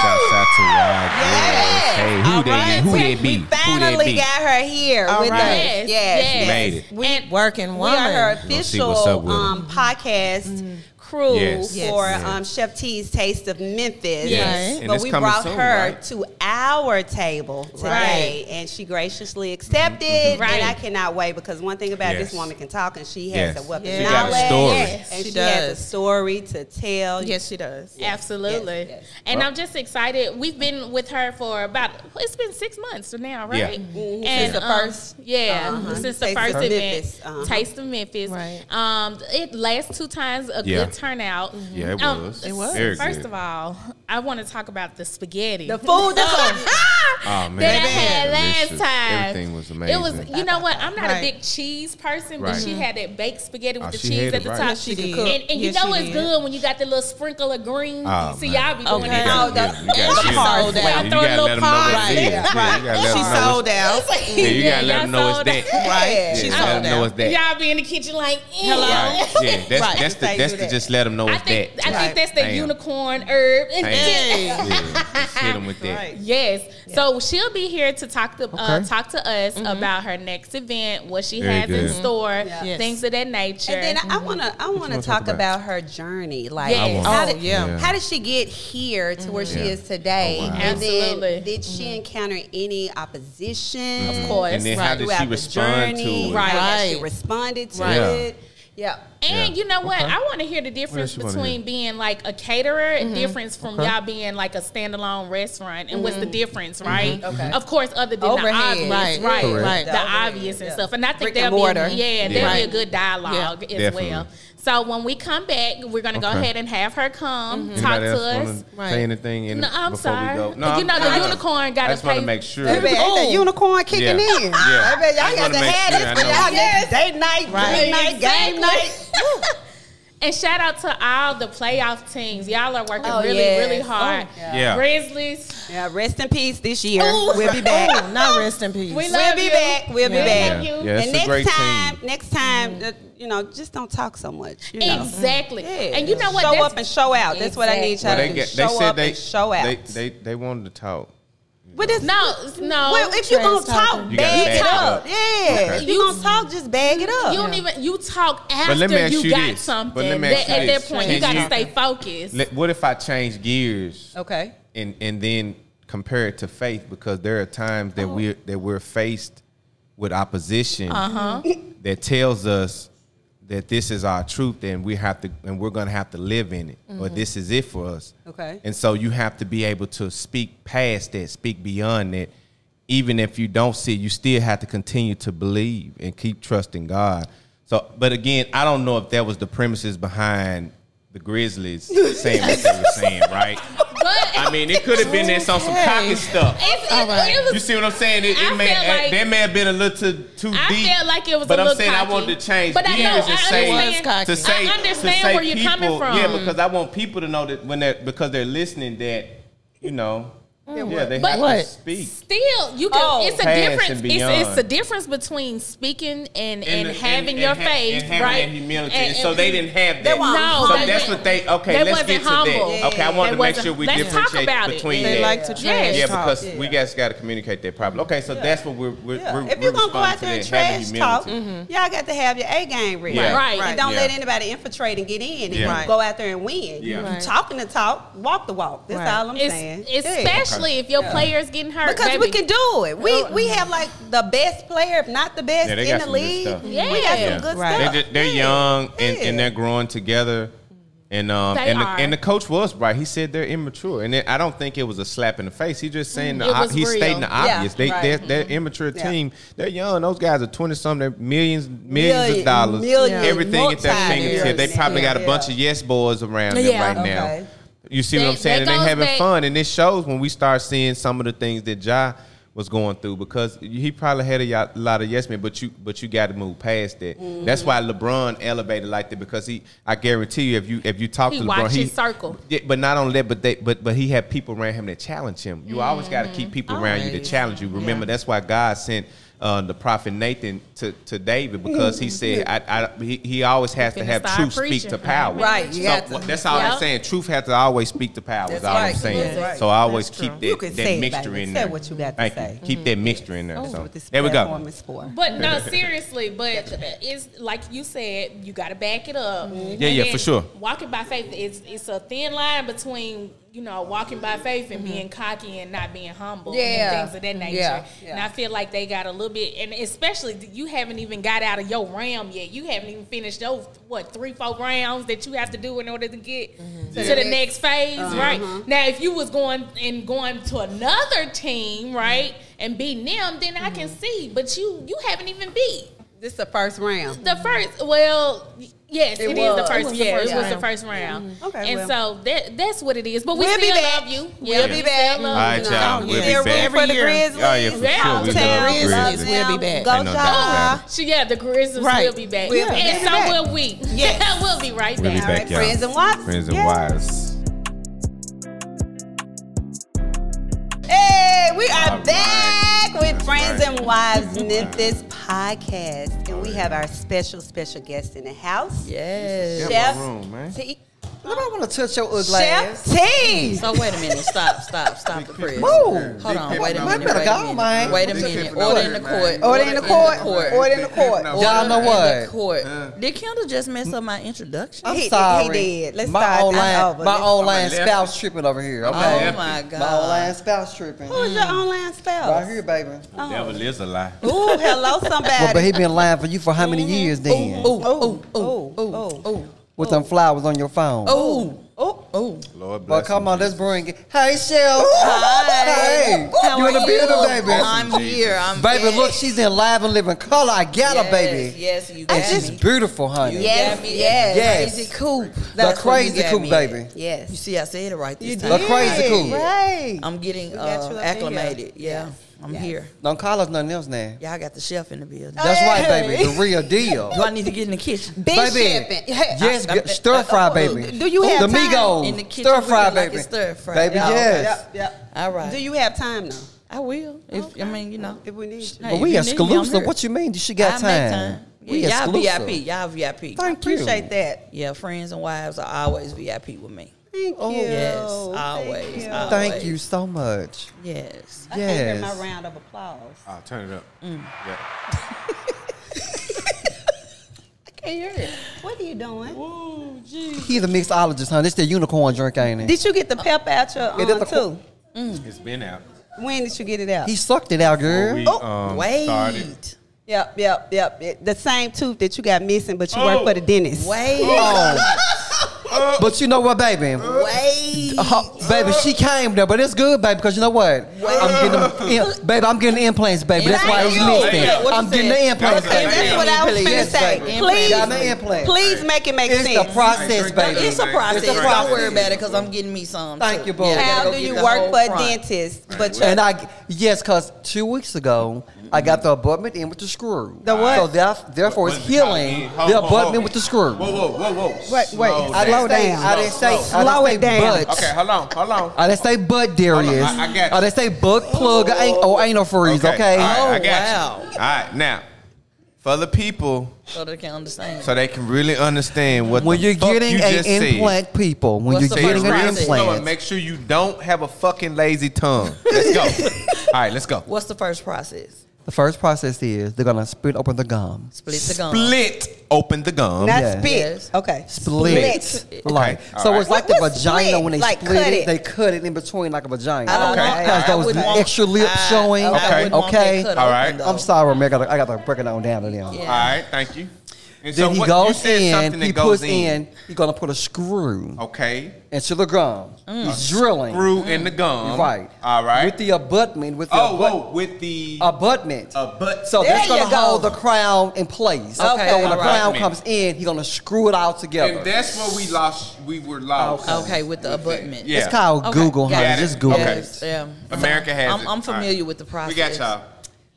S1: Shouts out to Rod.
S8: Yes.
S1: Hey, who
S8: All
S1: they
S8: right.
S1: who they be?
S8: We
S1: who they
S8: finally
S1: be?
S8: got her here
S9: All
S8: with
S9: right.
S5: Yes,
S8: us. Yes.
S5: yes.
S1: Made it.
S9: We working
S8: We
S9: woman. Mm-hmm.
S8: are her
S1: We'll see what's up
S8: official
S1: with 'em.
S8: um, podcast crew
S1: Yes.
S9: Yes.
S8: for
S9: Yes.
S8: Um, Chef T's Taste of Memphis.
S1: Yes.
S9: Right.
S1: And
S8: But
S1: it's
S8: we
S1: coming
S8: brought
S1: soon,
S8: her
S1: right?
S8: to our table today, and she graciously accepted.
S5: Right.
S8: And I cannot wait because one thing about this
S1: Mm-hmm. Yes.
S8: woman can talk, and she has
S1: Yes.
S8: a weapon
S9: Yes.
S1: She
S8: of
S1: got a
S8: knowledge,
S1: story.
S9: Yes,
S8: and
S9: she
S8: she, has a
S9: does.
S8: story to tell.
S9: Yes, she does.
S5: Absolutely.
S8: Yes, yes.
S5: And
S1: Well-
S5: I'm just excited. We've been with her for about it's been six months now, right?
S1: Yeah. Mm-hmm.
S5: And
S8: Since the
S5: um,
S8: first-
S5: yeah,
S8: Uh-huh.
S5: since the
S8: Taste
S5: first
S8: of
S5: event,
S8: Memphis, uh-huh.
S5: Taste of Memphis.
S9: Right.
S5: Um, it last two times a
S1: Yeah.
S5: good turnout.
S1: Yeah, it
S5: Um,
S1: was.
S9: It was.
S1: Very
S5: First
S1: good.
S5: of all, I want to talk about the spaghetti.
S8: The food. That's
S1: Oh man,
S5: that I had last
S1: Delicious.
S5: time.
S1: Everything was amazing.
S5: It was, you know what? I'm not
S9: Right.
S5: a big cheese person, but
S1: Right.
S5: she had that baked spaghetti with
S1: Oh,
S5: the
S1: she
S5: cheese
S1: had
S5: at
S1: it
S5: the
S1: right.
S5: top.
S1: Yes,
S9: she did.
S5: And, and you
S9: Yes,
S5: know
S9: she
S5: it's
S9: did.
S5: good when you got the little sprinkle of green.
S1: Oh,
S5: See,
S1: man.
S5: y'all be doing
S9: Okay.
S5: that.
S9: No,
S1: Yeah,
S9: the-
S1: you gotta
S9: she
S1: give
S9: sold
S1: them-
S9: out.
S1: You
S5: Throw a
S1: gotta
S5: little
S1: let them know
S5: pie.
S1: what it is. Yeah, you gotta let
S8: she
S1: them know it's-
S8: sold out.
S1: Yeah, you gotta let
S5: y'all
S1: them know
S5: sold
S1: it's
S5: out.
S1: that.
S9: Right. She
S1: Yeah,
S9: sold
S1: let them know
S9: out.
S1: it's that.
S5: Y'all be in the kitchen like, hello.
S1: Right. Yeah, that's
S9: Right.
S1: that's the
S8: Say
S1: that's
S8: do
S1: to
S8: that.
S1: just let them know
S5: I
S1: it's
S5: think
S1: that.
S5: I think
S9: Right.
S5: that's the
S1: Damn.
S5: unicorn herb.
S1: Damn. Yeah, just hit them with that.
S8: Right.
S5: Yes. So she'll be here to talk to uh,
S1: Okay.
S5: talk to us
S8: Mm-hmm.
S5: about her next event, what she
S1: Very
S5: has in
S1: good.
S5: store,
S9: Yes.
S5: things of that nature.
S8: And then I want to I want to
S1: wanna
S8: talk
S1: talk
S8: about her journey. Like,
S5: Yes. I wanna-
S8: how
S9: Oh,
S8: did,
S9: yeah.
S1: Yeah.
S8: how did she get here to where she
S1: Yeah.
S8: is today?
S1: Oh, wow.
S8: And
S5: Absolutely. Mm-hmm.
S8: then did she encounter any opposition?
S5: Of course.
S1: Mm-hmm. And then
S5: Right.
S1: how did she
S8: throughout the
S1: respond to
S8: journey?
S1: it?
S5: Right.
S8: How she
S9: Right.
S8: responded to
S1: Right. Yeah.
S8: it. Yeah.
S5: And
S1: Yeah.
S5: you know what?
S1: Okay.
S5: I want to hear the difference
S1: else you wanna
S5: between
S1: hear?
S5: being like a caterer
S8: Mm-hmm.
S5: and difference from y'all being like a standalone restaurant and what's the difference,
S1: Mm-hmm.
S5: right?
S8: Mm-hmm. Okay.
S5: Of course, other than
S8: Overhead.
S5: the obvious,
S9: Right.
S5: right?
S1: Correct.
S5: Right.
S9: Right.
S5: The
S8: The overhead,
S5: obvious and
S8: yeah.
S5: stuff. And I think
S8: Brick
S5: there'll
S8: and
S5: be
S8: mortar.
S5: a, yeah, there'll be a
S9: Right.
S5: good dialogue as
S1: Definitely.
S5: well. So when we come back, we're gonna go
S1: Okay.
S5: ahead and have her come
S8: Mm-hmm.
S5: talk
S1: Anybody
S5: to
S1: else
S5: us.
S1: wanna
S9: Right.
S1: Say anything in
S5: No, I'm
S1: before
S5: sorry.
S1: we go.
S5: You
S1: I'm-
S5: know, the
S1: I know.
S5: unicorn gotta
S1: I just want
S5: pay-
S1: to make sure.
S8: Baby, ain't
S9: Oh.
S8: that unicorn kicking
S1: Yeah.
S8: in.
S1: Yeah.
S8: Baby,
S1: I
S8: y'all
S1: just
S8: got
S1: wanna
S8: to
S1: make
S8: have
S1: sure
S8: this
S1: I
S8: for
S1: know.
S8: y'all next day night,
S9: Right.
S8: game night, game night.
S5: And shout out to all the playoff teams. Y'all are working
S8: Oh,
S5: really,
S8: yes. Oh,
S5: really hard.
S1: Yeah.
S5: Grizzlies.
S8: Yeah, rest in peace this year.
S5: Ooh.
S8: We'll be back.
S7: Not rest in peace.
S5: We love
S8: We'll be
S5: you.
S8: back. We'll be
S5: Yeah.
S8: back.
S5: Thank you.
S1: Yeah, it's
S8: and
S1: a
S8: next
S1: great
S8: time,
S1: team.
S8: next
S5: Mm.
S8: time, uh, you know, just don't talk so much. You know.
S5: Exactly.
S8: Yeah.
S5: And you know what?
S8: Show
S5: That's-
S8: up and show out. That's what I need y'all
S1: Well,
S8: to
S1: they
S8: do.
S1: get,
S8: show
S1: they said
S8: up
S1: they
S8: and show out.
S1: They, they they wanted to talk.
S8: but it's
S5: no, no.
S8: Well, if you gonna
S7: Trash talking.
S8: talk,
S1: You gotta
S8: bag
S1: bag
S8: it
S1: it
S8: up.
S1: up.
S8: Yeah,
S1: Okay.
S8: if you gonna talk, just bag it up.
S5: You don't even you talk after
S1: let me ask
S5: you,
S1: you
S5: got
S1: this.
S5: something.
S1: But let me ask
S5: That-
S1: you
S5: at
S1: this.
S5: that point,
S1: Can
S5: you got to
S1: you-
S5: stay focused.
S1: Let- What if I change gears
S7: Okay.
S1: and and then compare it to faith because there are times that we're that we're faced with opposition that tells us that this is our truth and we have to and we're gonna have to live in it or this is it for us.
S8: Okay.
S1: And so you have to be able to speak past that, speak beyond that. Even if you don't see, it, you still have to continue to believe and keep trusting God. So, but again, I don't know if that was the premises behind the Grizzlies saying what they were saying, right?
S5: but
S1: I mean, it could have been this on some pocket stuff.
S5: it's, it's,
S7: All right.
S5: it was
S1: You see what I'm saying? It,
S5: I
S1: it may,
S5: felt like-
S1: that may have been a little too, too
S5: I
S1: deep.
S5: felt like it was
S1: But
S5: a
S1: I'm
S5: little
S1: saying
S5: cocky.
S1: I wanted to change
S5: But I know,
S1: gears
S5: I
S1: and say,
S5: understand.
S7: It was
S1: to say,
S5: I understand
S1: to say
S5: where you're
S1: people,
S5: coming from.
S1: Yeah, because I want people to know that when they're, because they're listening that, you know, yeah, they
S5: Mm. But-
S1: have
S7: What?
S1: to speak.
S5: Still, you can.
S8: Oh.
S5: it's a
S1: Past
S5: difference.
S1: and
S5: It's, it's
S1: beyond.
S5: the difference between speaking and, and,
S1: the-
S5: having your
S1: ha- and
S5: faith,
S1: having
S5: right?
S1: that humility.
S5: And-
S1: so
S5: and-
S1: they didn't have that.
S8: weren't
S5: No,
S1: so
S5: they
S1: that's
S5: didn't.
S1: what they. Okay,
S5: They
S1: let's
S5: wasn't
S1: get to
S5: humble.
S1: that. Okay, I wanted to
S5: They
S1: make
S5: wasn't-
S1: sure we
S5: let's talk
S1: differentiate
S5: about it.
S1: between
S7: They
S1: that.
S7: like to trash
S1: Yeah,
S5: Yes.
S7: talk.
S1: because we guys got to communicate that problem. Okay, so that's what we're we're,
S8: Yeah.
S1: we're
S8: if you're
S1: we're
S8: gonna go out
S1: responding
S8: there and
S1: to that, having
S8: trash talk,
S1: humility.
S8: y'all got to have your A game ready.
S1: Yeah.
S5: Mm-hmm. Right.
S8: And don't
S1: Yeah.
S8: let anybody infiltrate and get in and
S1: Yeah.
S8: you
S1: Right.
S8: go out there and win.
S1: Yeah.
S7: Right.
S8: You talking the talk, walk the walk. That's
S7: Right.
S8: all I'm saying.
S5: it's, it's
S8: Yeah.
S5: especially if your player's getting hurt
S8: Because we
S5: baby.
S8: can do it. We we have like the best player, if not the best
S1: Yeah, they
S8: in
S1: got
S8: the
S1: some good
S8: league.
S1: stuff.
S8: We got
S5: Yeah.
S8: some good
S7: Right.
S8: stuff.
S1: They just, they're young and, and
S8: Yeah.
S1: they're growing together. And um
S5: They
S1: and the,
S5: are.
S1: and the coach was right. He said they're immature, and it, I don't think it was a slap in the face. He just saying the
S5: It
S1: ob-
S5: was
S1: he's
S5: real.
S1: stating the
S8: Yeah,
S1: obvious. they
S8: right.
S1: they're, they're immature
S8: Yeah.
S1: team. They're young. Those guys are twenty something. They're millions millions
S8: Million-
S1: of dollars.
S8: million,
S1: Everything at their
S8: multi-millionaires.
S1: fingertips. They probably
S8: Yeah.
S1: got a bunch of yes boys around them
S5: Yeah.
S1: right
S8: Okay.
S1: now. You see
S5: That-
S1: what I'm saying?
S5: that
S1: And they
S5: goes
S1: having
S5: back-
S1: fun, and it shows when we start seeing some of the things that Ja was going through because he probably had a yo- lot of yes men, but you but you got to move past that.
S5: Mm-hmm.
S1: That's why LeBron elevated like that because he, I guarantee you, if you if you talk
S5: He
S1: to LeBron,
S5: watched
S1: he
S5: his circle.
S1: Yeah, but not only that, but they but but he had people around him that challenge him. You always got to keep
S5: Mm-hmm.
S1: people around you to
S7: Always.
S1: challenge you. Remember, that's why God sent. Uh, the prophet Nathan to, to David because he said I, I, he, he always has to
S5: Mm-hmm. Finna
S1: have
S5: start
S1: truth
S5: preaching.
S1: speak to power
S8: Right, you
S1: so
S8: got to.
S1: what- that's all
S5: Yeah.
S1: I'm saying. Truth has to always speak to power. That's
S8: That's
S1: is all
S8: right.
S1: I'm saying.
S8: That's right.
S1: So I always keep that,
S8: You can
S1: that
S8: say it,
S1: mixture
S8: baby.
S1: in
S8: Say
S1: there.
S8: what you got to
S1: Thank
S8: say.
S1: You. Keep that mixture in there.
S8: That's
S1: so
S8: what this
S1: there we
S8: platform
S1: go.
S8: is for.
S5: But no, seriously. But it's like you said, you got to back it up.
S8: Mm-hmm.
S1: Yeah,
S5: And
S1: yeah,
S5: then
S1: for sure.
S5: Walking by faith, it's it's a thin line between you know walking by faith and being cocky and not being humble.
S8: Mm-hmm. Yeah.
S5: and things of that nature.
S8: Yeah.
S5: And I feel like they got a little bit, and especially th- you haven't even got out of your realm yet. You haven't even finished those what three, four rounds that you have to do in order to get
S8: Mm-hmm.
S5: to the next phase,
S8: Uh-huh.
S5: right? Now, if you was going and going to another team, right, and beating them, then I
S8: Mm-hmm.
S5: can see. But you you haven't even beat
S8: This is the first round.
S5: the first. Well, y- yes,
S8: Mm-hmm. It
S5: it is the
S8: was.
S5: first.
S8: It was the
S5: yeah,
S8: first
S5: it was the
S8: round. Mm-hmm.
S5: first round.
S8: Okay,
S5: and
S8: well.
S5: so that that's what it is. But we
S8: We'll be
S5: still
S8: back.
S5: love you.
S8: We'll be back.
S5: Still
S1: All
S5: love
S1: right,
S5: you.
S1: y'all. We'll be
S8: Still root
S1: back.
S8: for the
S7: Every year.
S8: Grizzlies.
S1: Oh, yeah, for
S5: Yeah.
S1: sure. We love
S8: Hometown,
S1: the
S8: love
S1: Grizzlies.
S7: We'll be
S8: them.
S7: back.
S8: Go
S1: Ain't no doubt about
S8: y'all.
S1: it.
S5: She, yeah, the Grizzlies
S7: Right.
S5: will be back.
S8: We'll be
S5: and
S8: back.
S5: so will we.
S8: Yes.
S5: we'll be right
S1: We'll be
S5: back.
S1: back, y'all.
S8: friends and wives.
S1: Friends and
S8: Yeah.
S1: wives.
S8: Hey, we are
S1: All right.
S8: back with
S1: That's
S8: Friends
S1: right.
S8: and Wives Memphis podcast. And we have our special, special guest in the house.
S7: Yes.
S8: Chef
S1: room, man.
S8: T.
S10: I don't want to touch your ugly
S8: Chef
S10: ass.
S8: T.
S7: So wait a minute. Stop. Stop. Stop the press.
S10: Woo.
S7: Hold on. Wait a
S10: Man,
S7: minute.
S10: better
S7: Wait
S10: go,
S7: a minute.
S10: man.
S7: Wait a
S10: Big
S7: minute.
S10: pimpin'
S7: Order
S10: order,
S7: in the
S10: man.
S7: court.
S10: Order in the court. Order in the court. Y'all know
S7: in the
S10: what?
S7: court. Did Kendall just mess up my introduction?
S10: I'm
S8: He- he
S10: sorry.
S8: did. Let's
S10: my
S8: start. I'm
S10: online,
S8: over.
S10: my
S8: Let's-
S10: online
S1: I'm a lefty.
S10: spouse tripping over here. Okay.
S7: Oh my
S10: My online
S7: God.
S10: spouse tripping.
S8: Who is your online
S10: Right
S8: spouse?
S10: here, baby.
S1: The devil is a lie.
S8: Ooh, hello,
S10: Well, but
S8: somebody.
S10: he been lying for you for how many years then?
S7: Ooh, ooh, ooh,
S8: ooh,
S7: ooh,
S8: ooh,
S7: ooh, ooh,
S10: With them flowers on your phone.
S7: ooh, ooh.
S1: Lord
S10: Well,
S1: bless
S10: come
S1: him,
S10: on, let's
S1: Jesus.
S10: bring it. Hey, Shell. Hey.
S7: How
S10: You in the
S7: are
S10: building, baby?
S7: I'm here. I'm
S10: Baby,
S7: yes.
S10: look, she's in live and living color. I got her,
S7: Yes,
S10: baby.
S7: Yes, you
S10: And
S7: got
S10: she's
S7: me.
S10: beautiful, honey.
S8: Yes,
S7: got me.
S8: yes.
S10: Yes.
S7: Crazy coupe.
S10: The
S7: where you
S10: crazy
S7: got
S10: coop,
S7: me at.
S10: baby.
S7: You
S8: oh. Yes.
S7: see, I said it right this
S10: The
S7: time.
S10: crazy coop.
S8: Right.
S7: I'm getting
S8: got you
S7: uh,
S8: up in here.
S7: acclimated. Yeah. I'm here.
S10: Don't call us nothing else now.
S7: Y'all got the chef in the building.
S8: Oh,
S10: That's right, baby.
S8: Hey.
S10: The real deal.
S7: Do I need to get in the kitchen?
S8: Be
S10: baby.
S8: shipping.
S7: uh,
S10: Yes, g- stir fry, baby.
S8: Do you
S10: the
S8: have time
S10: Migos.
S7: in the kitchen?
S10: Stir
S7: We
S10: fry,
S7: look like
S10: baby.
S7: it's stir fry.
S10: Baby,
S7: Yeah, okay.
S10: yes.
S8: Yep.
S7: All right.
S8: Do you have time though?
S7: I will. If I mean, you know.
S8: If we need you.
S7: Hey,
S10: But we
S7: if you need me, I'm
S10: exclusive.
S7: here.
S10: What you mean? She got
S7: I make
S10: time.
S7: Yeah,
S10: We
S7: y'all
S10: exclusive.
S7: VIP. Y'all VIP.
S10: Thank
S8: Appreciate
S10: you.
S8: that.
S7: Yeah, friends and wives are always VIP with me.
S8: Thank you.
S7: Yes,
S8: Thank
S7: always,
S8: you.
S7: always.
S10: Thank you so much.
S7: Yes.
S8: I can't hear my
S10: Yes.
S8: round of applause.
S11: I'll turn it up. Yeah.
S8: I can't hear it. What are you doing?
S10: He's a mixologist, honey. It's the unicorn drink, ain't it?
S8: Did you get the pep out your
S10: It is
S8: arm
S10: a cool-
S8: too?
S11: It's been out.
S8: When did you get it out?
S10: He sucked it out,
S11: Well,
S10: girl.
S11: we, um,
S7: Wait.
S11: Started.
S8: Yep, yep, yep. It- The same tooth that you got missing, but you work for the dentist.
S7: Wait.
S10: Oh. but you know what, baby?
S7: Wait.
S10: Oh, baby, she came there, but it's good, baby, because you know what? I'm getting, them, im- baby, I'm getting the implants, baby. That's why I was
S7: Thank you.
S10: listening.
S7: Yeah, what you
S10: I'm getting the
S7: said.
S10: implants,
S11: That was
S10: baby.
S11: it.
S8: That's what I was finna
S7: Yes,
S8: say.
S7: baby.
S10: Got
S8: Please,
S10: the implants.
S8: please make it make
S10: It's
S8: sense.
S10: the process,
S11: Hey,
S10: baby.
S7: It's a process.
S11: It's a
S7: Don't
S11: process.
S7: worry about it because I'm getting me some.
S10: Thank
S7: too.
S10: you, boo.
S7: Yeah, I gotta
S8: How
S7: go
S8: do
S7: get
S8: you
S7: the
S8: work
S7: whole
S8: for a
S7: front.
S8: dentist, but
S10: And I yes, cause two weeks ago I got the abutment in with the screw.
S8: The what?
S10: So theref- therefore, it's healing the abutment with the screw.
S11: Whoa, whoa, whoa, whoa.
S8: Wait, wait,
S10: I didn't
S8: Slow
S10: say.
S8: down.
S10: I didn't say. I
S8: Slow
S10: didn't say
S8: it down.
S10: Butt.
S11: Okay, hold on, hold on.
S10: I didn't say butt, Darius.
S11: I- I got you.
S10: didn't say butt plug oh, or anal, or anal freeze. Okay.
S11: All right, I
S7: Oh,
S11: got you.
S7: wow.
S11: All right, now, for the people,
S7: So they can understand.
S1: So they can really understand what
S10: When you're getting
S1: you
S10: an
S1: just said.
S10: implant, people. When
S7: What's
S10: you're
S7: the
S11: Stay
S10: getting
S7: first
S10: an
S11: real
S7: process?
S11: slow and
S10: implant,
S11: make sure you don't have a fucking lazy tongue. Let's go. All right, let's go.
S7: What's the first process?
S10: the first process is they're gonna split open the gum.
S7: Split the gum.
S11: Split open the gum.
S8: not
S10: yeah.
S8: spit.
S7: Yes.
S8: Okay.
S10: Split. Like
S11: all
S10: so,
S11: right.
S10: it's like
S8: What-
S10: the
S8: what's
S10: vagina
S8: split?
S10: when they
S8: Like,
S10: split
S8: cut
S10: it,
S8: it.
S10: They cut it in between like a vagina.
S7: I don't
S11: Okay.
S7: want-
S10: Has
S7: I
S10: those
S7: wouldn't want-
S10: extra lips
S7: I-
S10: showing.
S7: I wouldn't want
S10: Okay.
S7: that cut
S11: All
S7: open,
S11: right.
S7: though.
S10: I'm sorry, man. I gotta, I gotta break it on down to them.
S7: Yeah.
S11: All right, thank you. And
S10: Then he
S11: what- you
S10: goes
S11: said
S10: in,
S11: something that
S10: he
S11: goes Oh.
S10: puts in, he's gonna put a screw
S11: Okay.
S10: into the gum.
S7: Mm.
S10: He's drilling.
S11: Through in the gum.
S10: Right.
S11: All right.
S10: With the abutment, with the
S11: oh,
S10: abut-
S11: whoa, with the
S10: abutment.
S11: abut-
S10: so
S8: There
S10: that's gonna
S8: you go.
S10: hold the crown in place.
S7: Okay,
S10: So when the
S7: alright.
S10: crown comes in, he's gonna screw it all together.
S11: And that's where we lost. We were lost.
S7: Okay, with the
S11: With that.
S7: abutment.
S11: Yeah.
S10: It's called
S7: Okay.
S10: Oh, Google, honey.
S11: Got it.
S10: Just Google.
S11: Okay.
S10: it.
S7: Yeah.
S11: America has
S7: I'm,
S11: it.
S7: I'm familiar
S11: All right.
S7: with the
S11: We
S7: process.
S11: got y'all.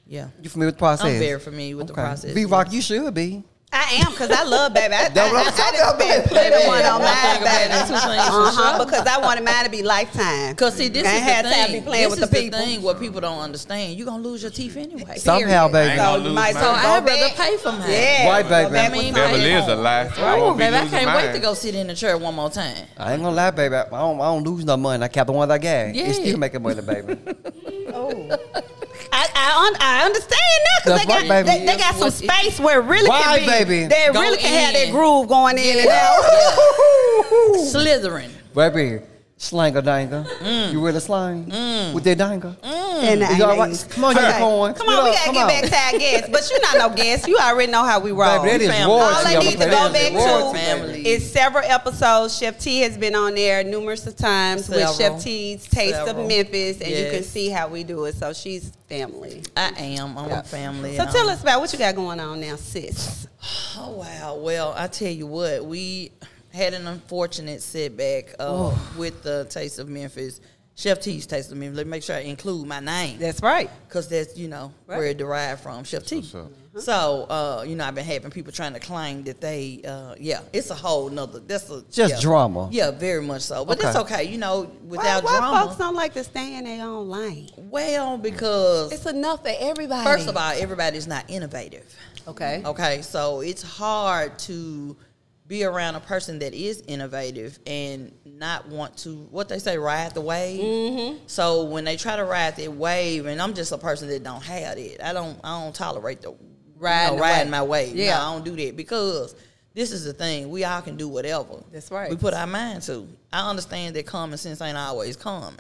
S7: Yeah.
S10: You familiar with the process?
S7: I'm very familiar with the process.
S10: V Rock, you should be.
S8: I am because I love baby. I,
S10: That's what I'm talking about,
S8: I, I, I
S10: baby.
S8: just been putting one on
S7: One
S8: mine,
S7: thing about it,
S8: baby.
S7: two things for
S8: Uh-huh,
S7: sure.
S8: because I wanted mine to be lifetime.
S7: Cause see, this
S8: I
S7: is
S8: had
S7: the
S8: to have
S7: thing.
S8: you playing
S7: This
S8: with
S7: is
S8: the
S7: the
S8: people.
S7: thing what people don't understand. You are gonna lose your teeth anyway.
S10: Somehow,
S11: I
S7: Period.
S10: baby.
S11: ain't
S8: so
S11: gonna
S8: you
S11: lose
S8: might
S11: mine.
S8: as well
S7: So I'd
S8: go
S7: rather
S8: back.
S7: pay for mine.
S8: Yeah,
S10: Right,
S8: go
S10: baby.
S8: back
S7: I mean,
S8: with
S11: Devil
S7: Right.
S11: is a lie. I won't be
S7: Baby, I
S11: losing
S7: can't wait
S11: mine.
S7: to go sit in the chair one more time.
S10: I ain't gonna lie, baby. I don't, I don't lose no money. I kept the ones I got.
S7: Yeah.
S10: It's still making money, baby.
S8: I, I, un- I understand now because they
S10: That's
S8: got
S10: right, baby.
S8: they, they got some space where it really
S10: Why,
S8: can be,
S10: baby?
S8: They
S7: Go
S8: really can have
S7: in.
S8: that groove going in and out.
S7: Yeah. Slithering.
S10: Baby, slang a danga. You really slang with that danga?
S8: And I
S10: You all
S8: ain't
S10: right?
S8: even-
S10: Come on,
S8: Okay.
S10: unicorn.
S8: Come
S10: Split
S8: on, we
S10: up.
S8: gotta
S10: Come
S8: get
S10: on.
S8: back to our guests, but you're not no guest. You already know how we roll.
S10: Baby, that is
S7: Family.
S10: royalty.
S8: All I
S10: I'm
S8: need to
S10: gonna play.
S8: go back
S10: That is
S8: to
S10: royalty,
S7: family.
S8: is several episodes. Chef T has been on there numerous of times with
S7: Several.
S8: Chef T's Taste
S7: Several.
S8: of Memphis, and you
S7: Yes.
S8: can see how we do it. So she's family.
S7: I am. I'm a family.
S8: So
S7: and
S8: tell
S7: I'm-
S8: us about what you got going on now, sis.
S7: Oh wow! Well, I tell you what, we had an unfortunate setback uh,
S8: Oh.
S7: with the Taste of Memphis, Chef T's Taste of Memphis. Let me make sure I include my name
S8: That's right.
S7: because that's you know where it derived from, Chef T.
S11: what's up.
S8: Mm-hmm.
S7: So uh, you know, I've been having people trying to claim that they, uh, yeah, it's a whole nother. That's a
S10: Just
S7: yeah.
S10: drama.
S7: Yeah, very much so. But
S10: Okay.
S7: that's okay. You know,
S8: Why,
S7: without
S8: why
S7: drama,
S8: folks don't like to stay in their own lane?
S7: well, because
S8: It's enough for everybody.
S7: first of all, everybody's not innovative.
S8: okay.
S7: Okay, so it's hard to be around a person that is innovative and not want to what they say ride the wave.
S8: Mm-hmm.
S7: So when they try to ride that wave, and I'm just a person that don't have it. I don't I don't tolerate the ride
S8: Riding the
S7: riding
S8: wave.
S7: my wave. Yeah,
S8: Yeah.
S7: I don't do that because this is the thing. We all can do whatever.
S8: That's right.
S7: We put our mind to. I understand that common sense ain't always common,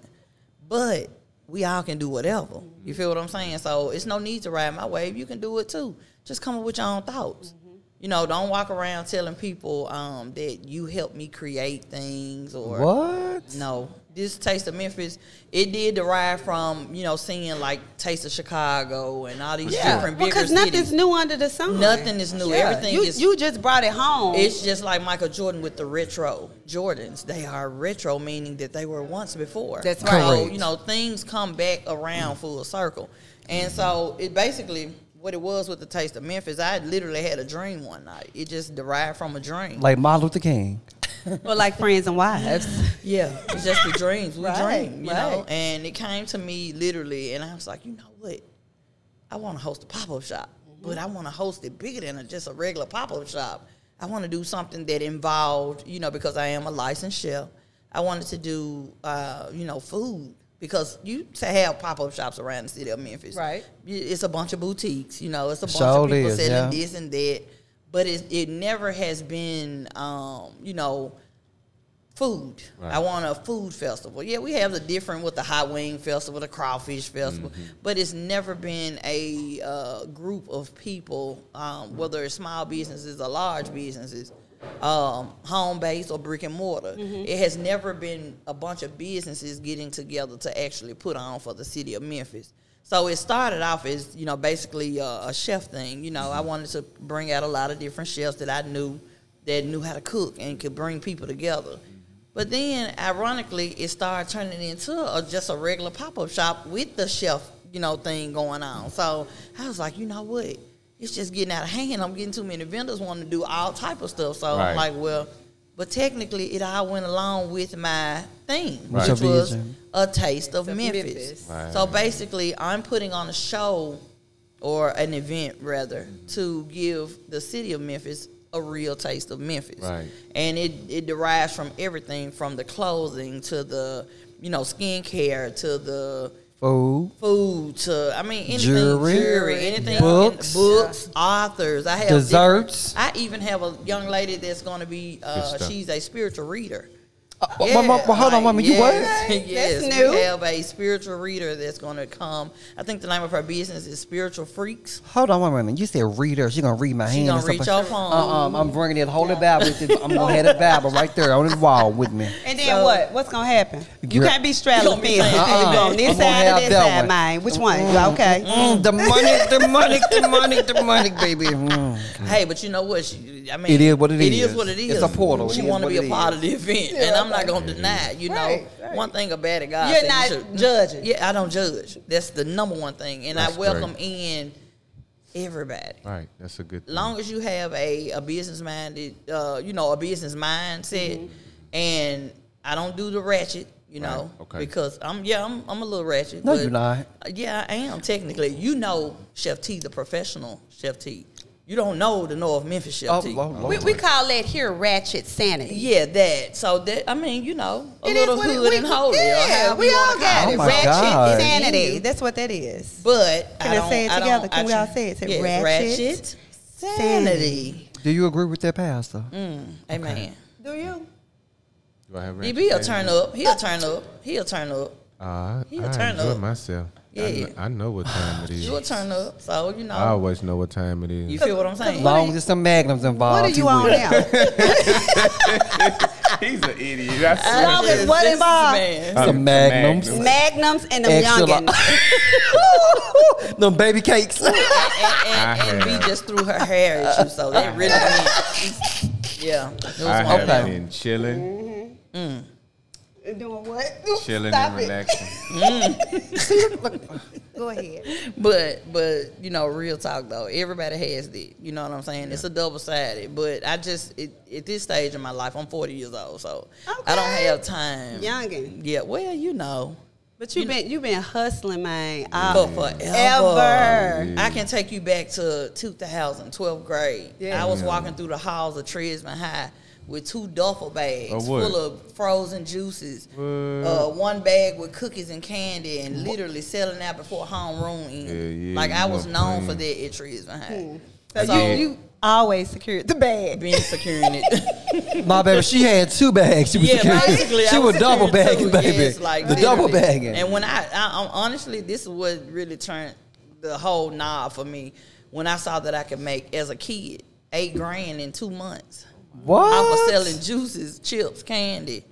S7: but we all can do whatever. You feel what I'm saying? So it's no need to ride my wave. You can do it too. Just come up with your own thoughts. You know, don't walk around telling people um, that you helped me create things or
S10: What?
S7: no, this taste of Memphis, it did derive from you know seeing like taste of Chicago and all these different bigger
S8: because
S7: cities.
S8: nothing's new under the sun.
S7: Nothing is new. Everything
S8: you,
S7: is-
S8: You just brought it home.
S7: It's just like Michael Jordan with the retro Jordans. They are retro, meaning that they were once before.
S8: That's right.
S7: So, you know, things come back around full circle. And so it basically what it was with the taste of Memphis. I literally had a dream one night. It just derived from a dream.
S10: Like Martin Luther King.
S8: Well, like friends and wives.
S7: Yeah, it's just the dreams. We
S8: Right,
S7: dream, you know.
S8: right.
S7: And it came to me literally, and I was like, you know what? I want to host a pop up shop, but I want to host it bigger than a, just a regular pop up shop. I want to do something that involved, you know, because I am a licensed chef. I wanted to do, uh, you know, food because you to have pop up shops around the city of Memphis,
S8: Right.
S7: you- It's a bunch of boutiques, you know. It's a bunch
S10: Sure
S7: of people
S10: is,
S7: selling
S10: yeah.
S7: this and that, but it it never has been, um, you know food. I want a food festival. Yeah, we have the different with the hot wing festival, the crawfish festival, but it's never been a uh, group of people, um, whether it's small businesses or large businesses, um, home based or brick and mortar. It has never been a bunch of businesses getting together to actually put on for the city of Memphis. So it started off as you know basically a, a chef thing. You know, I wanted to bring out a lot of different chefs that I knew that knew how to cook and could bring people together. But then, ironically, it started turning into a, just a regular pop up shop with the chef, you know, thing going on. So I was like, you know what? It's just getting out of hand. I'm getting too many vendors wanting to do all type of stuff. So
S11: Right.
S7: I'm like, well, but technically, it all went along with my thing,
S10: Right.
S7: which
S10: Your
S7: was
S10: vision.
S7: a taste of
S8: Of
S7: Memphis.
S8: Memphis.
S7: So basically, I'm putting on a show or an event rather to give the city of Memphis a real taste of Memphis.
S11: Right.
S7: And it, it derives from everything from the clothing to the, you know, skincare to the
S10: Food.
S7: food to I mean anything
S10: Jewelry.
S7: jewelry, anything
S10: Books.
S7: books, authors. I have
S10: Desserts.
S7: different- I even have a young lady that's going to be uh,
S11: Good stuff.
S7: she's a spiritual reader.
S10: Well, well, well, Oh, hold on,
S7: like,
S10: woman. You
S7: yes,
S10: what?
S7: yes,
S8: That's new.
S7: we have a spiritual reader that's going to come. I think the name of her business is Spiritual Freaks.
S10: Hold on, one minute. You said reader. She gonna read my
S7: She
S10: hand.
S7: gonna
S10: or something.
S7: read your palm.
S10: Uh-uh, I'm bringing that holy Bible. with me. I'm gonna have the Bible right there on the wall with me.
S8: And then what? What's gonna happen? You
S10: Girl-
S8: can't be straddling
S7: You gonna
S8: fences.
S7: be
S8: You
S10: saying-
S8: go on
S10: Uh-uh.
S8: this
S10: I'm gonna
S8: side
S10: have
S8: or this
S10: that
S8: side,
S10: one.
S8: mine. Which one? Okay.
S10: Mm, demonic, demonic, demonic, demonic, baby. Mm.
S7: Hey, but you know what? She, I mean,
S10: It is what it
S7: it
S10: is.
S7: is. what it
S10: It's
S7: is.
S10: a portal. It
S7: She
S10: is
S7: want to
S10: what
S7: be a
S10: it
S7: part
S10: is.
S7: of the event, and I'm not gonna deny. it, You know,
S8: Right, right.
S7: one thing about it, God,
S8: You're
S7: said
S8: not
S7: you should-
S8: judging.
S7: Yeah, I don't judge. That's the number one thing, and
S11: That's
S7: I
S11: great.
S7: welcome in everybody.
S11: Right. That's a good. Thing.
S7: long as you have a, a business minded, uh, you know, a business mindset,
S8: Mm-hmm.
S7: and I don't do the ratchet, you know,
S11: Right, okay.
S7: because I'm yeah, I'm, I'm a little ratchet.
S10: No,
S7: but-
S10: you're not.
S7: Yeah, I am technically. You know, Chef T, the professional Chef T. You don't know the North Memphis Chef
S10: Oh,
S7: T.
S10: Lord, Lord.
S8: We, we call that here ratchet sanity.
S7: Yeah, that. So that I mean, you know, a
S8: It is
S7: little
S8: what it-
S7: hood
S8: we-
S7: and holy. or
S8: Yeah,
S7: however
S8: we
S7: you wanna
S8: all got
S7: call
S10: Oh
S8: it.
S10: my
S8: ratchet
S10: God.
S8: sanity. That's what that is.
S7: But
S8: Can
S7: I
S8: I
S7: don't,
S8: say it
S7: I don't-
S8: together? Can
S7: I
S8: we
S7: tr-
S8: all say it? Say
S7: Yeah,
S8: ratchet
S7: ratchet sanity.
S10: Do you agree with that pastor?
S7: Mm. Amen.
S8: Do you?
S11: Do I have
S7: He
S11: ranch
S7: will
S11: potatoes?
S7: turn up. He'll turn up. He'll turn up.
S11: Uh, I,
S7: He'll
S11: I
S7: turn
S11: enjoy
S7: up.
S11: myself. I,
S7: Yeah.
S11: kn- I know what time it is.
S7: You'll turn up. So you
S11: I
S7: know.
S11: always know what time it is.
S7: You feel what I'm saying?
S10: Long as some magnums involved.
S8: What are you
S10: he
S8: on
S10: will.
S8: now?
S11: He's an idiot. I swear.
S8: Long as what
S7: This
S8: involved?
S7: man.
S11: I'm
S10: Some magnums.
S11: magnum.
S8: Magnums and them
S10: Extra
S8: youngins.
S10: Them baby cakes.
S7: And, and,
S11: I
S7: and
S11: have.
S7: B just threw her hair at you, so that really meant. Yeah. It was
S11: I
S7: one
S11: have
S10: Okay.
S11: been chilling,
S8: Doing what?
S11: chilling
S8: Stop
S11: and
S8: it.
S11: relaxing.
S8: Go ahead.
S7: Mm. But but you know, real talk though, everybody has that. You know what I'm saying? It's a double sided. But I just it, at this stage in my life, I'm 40 years old, so I don't
S8: Okay.
S7: have time.
S8: Youngin.
S7: Yeah. Well, you know,
S8: But you been you been hustling mine
S7: but
S8: all
S7: forever.
S8: ever.
S7: Uh, I can take you back to 2000, 12th grade.
S8: Yeah.
S7: I was walking through the halls of Tresman High with two duffel bags
S11: Of Oh, what?
S7: full of frozen juices, uh, one bag with cookies and candy, and literally selling out before homeroom end.
S11: Yeah, yeah,
S7: like I
S11: you
S7: was
S11: weren't
S7: known for
S11: playing.
S7: that at Tresman High.
S8: So, you, you always secured the bag.
S7: Been securing it.
S10: My baby, she had two bags. She was
S7: yeah,
S10: carrying.
S7: basically,
S10: she
S7: I
S10: was double
S7: securing
S10: bagging,
S7: two,
S10: baby.
S7: yes, like,
S10: the double
S7: literally.
S10: bagging.
S7: And when I, I, i um, honestly, this is what really turned the whole knob for me when I saw that I could make as a kid eight grand in two months.
S10: what?
S7: I was selling juices, chips, candy.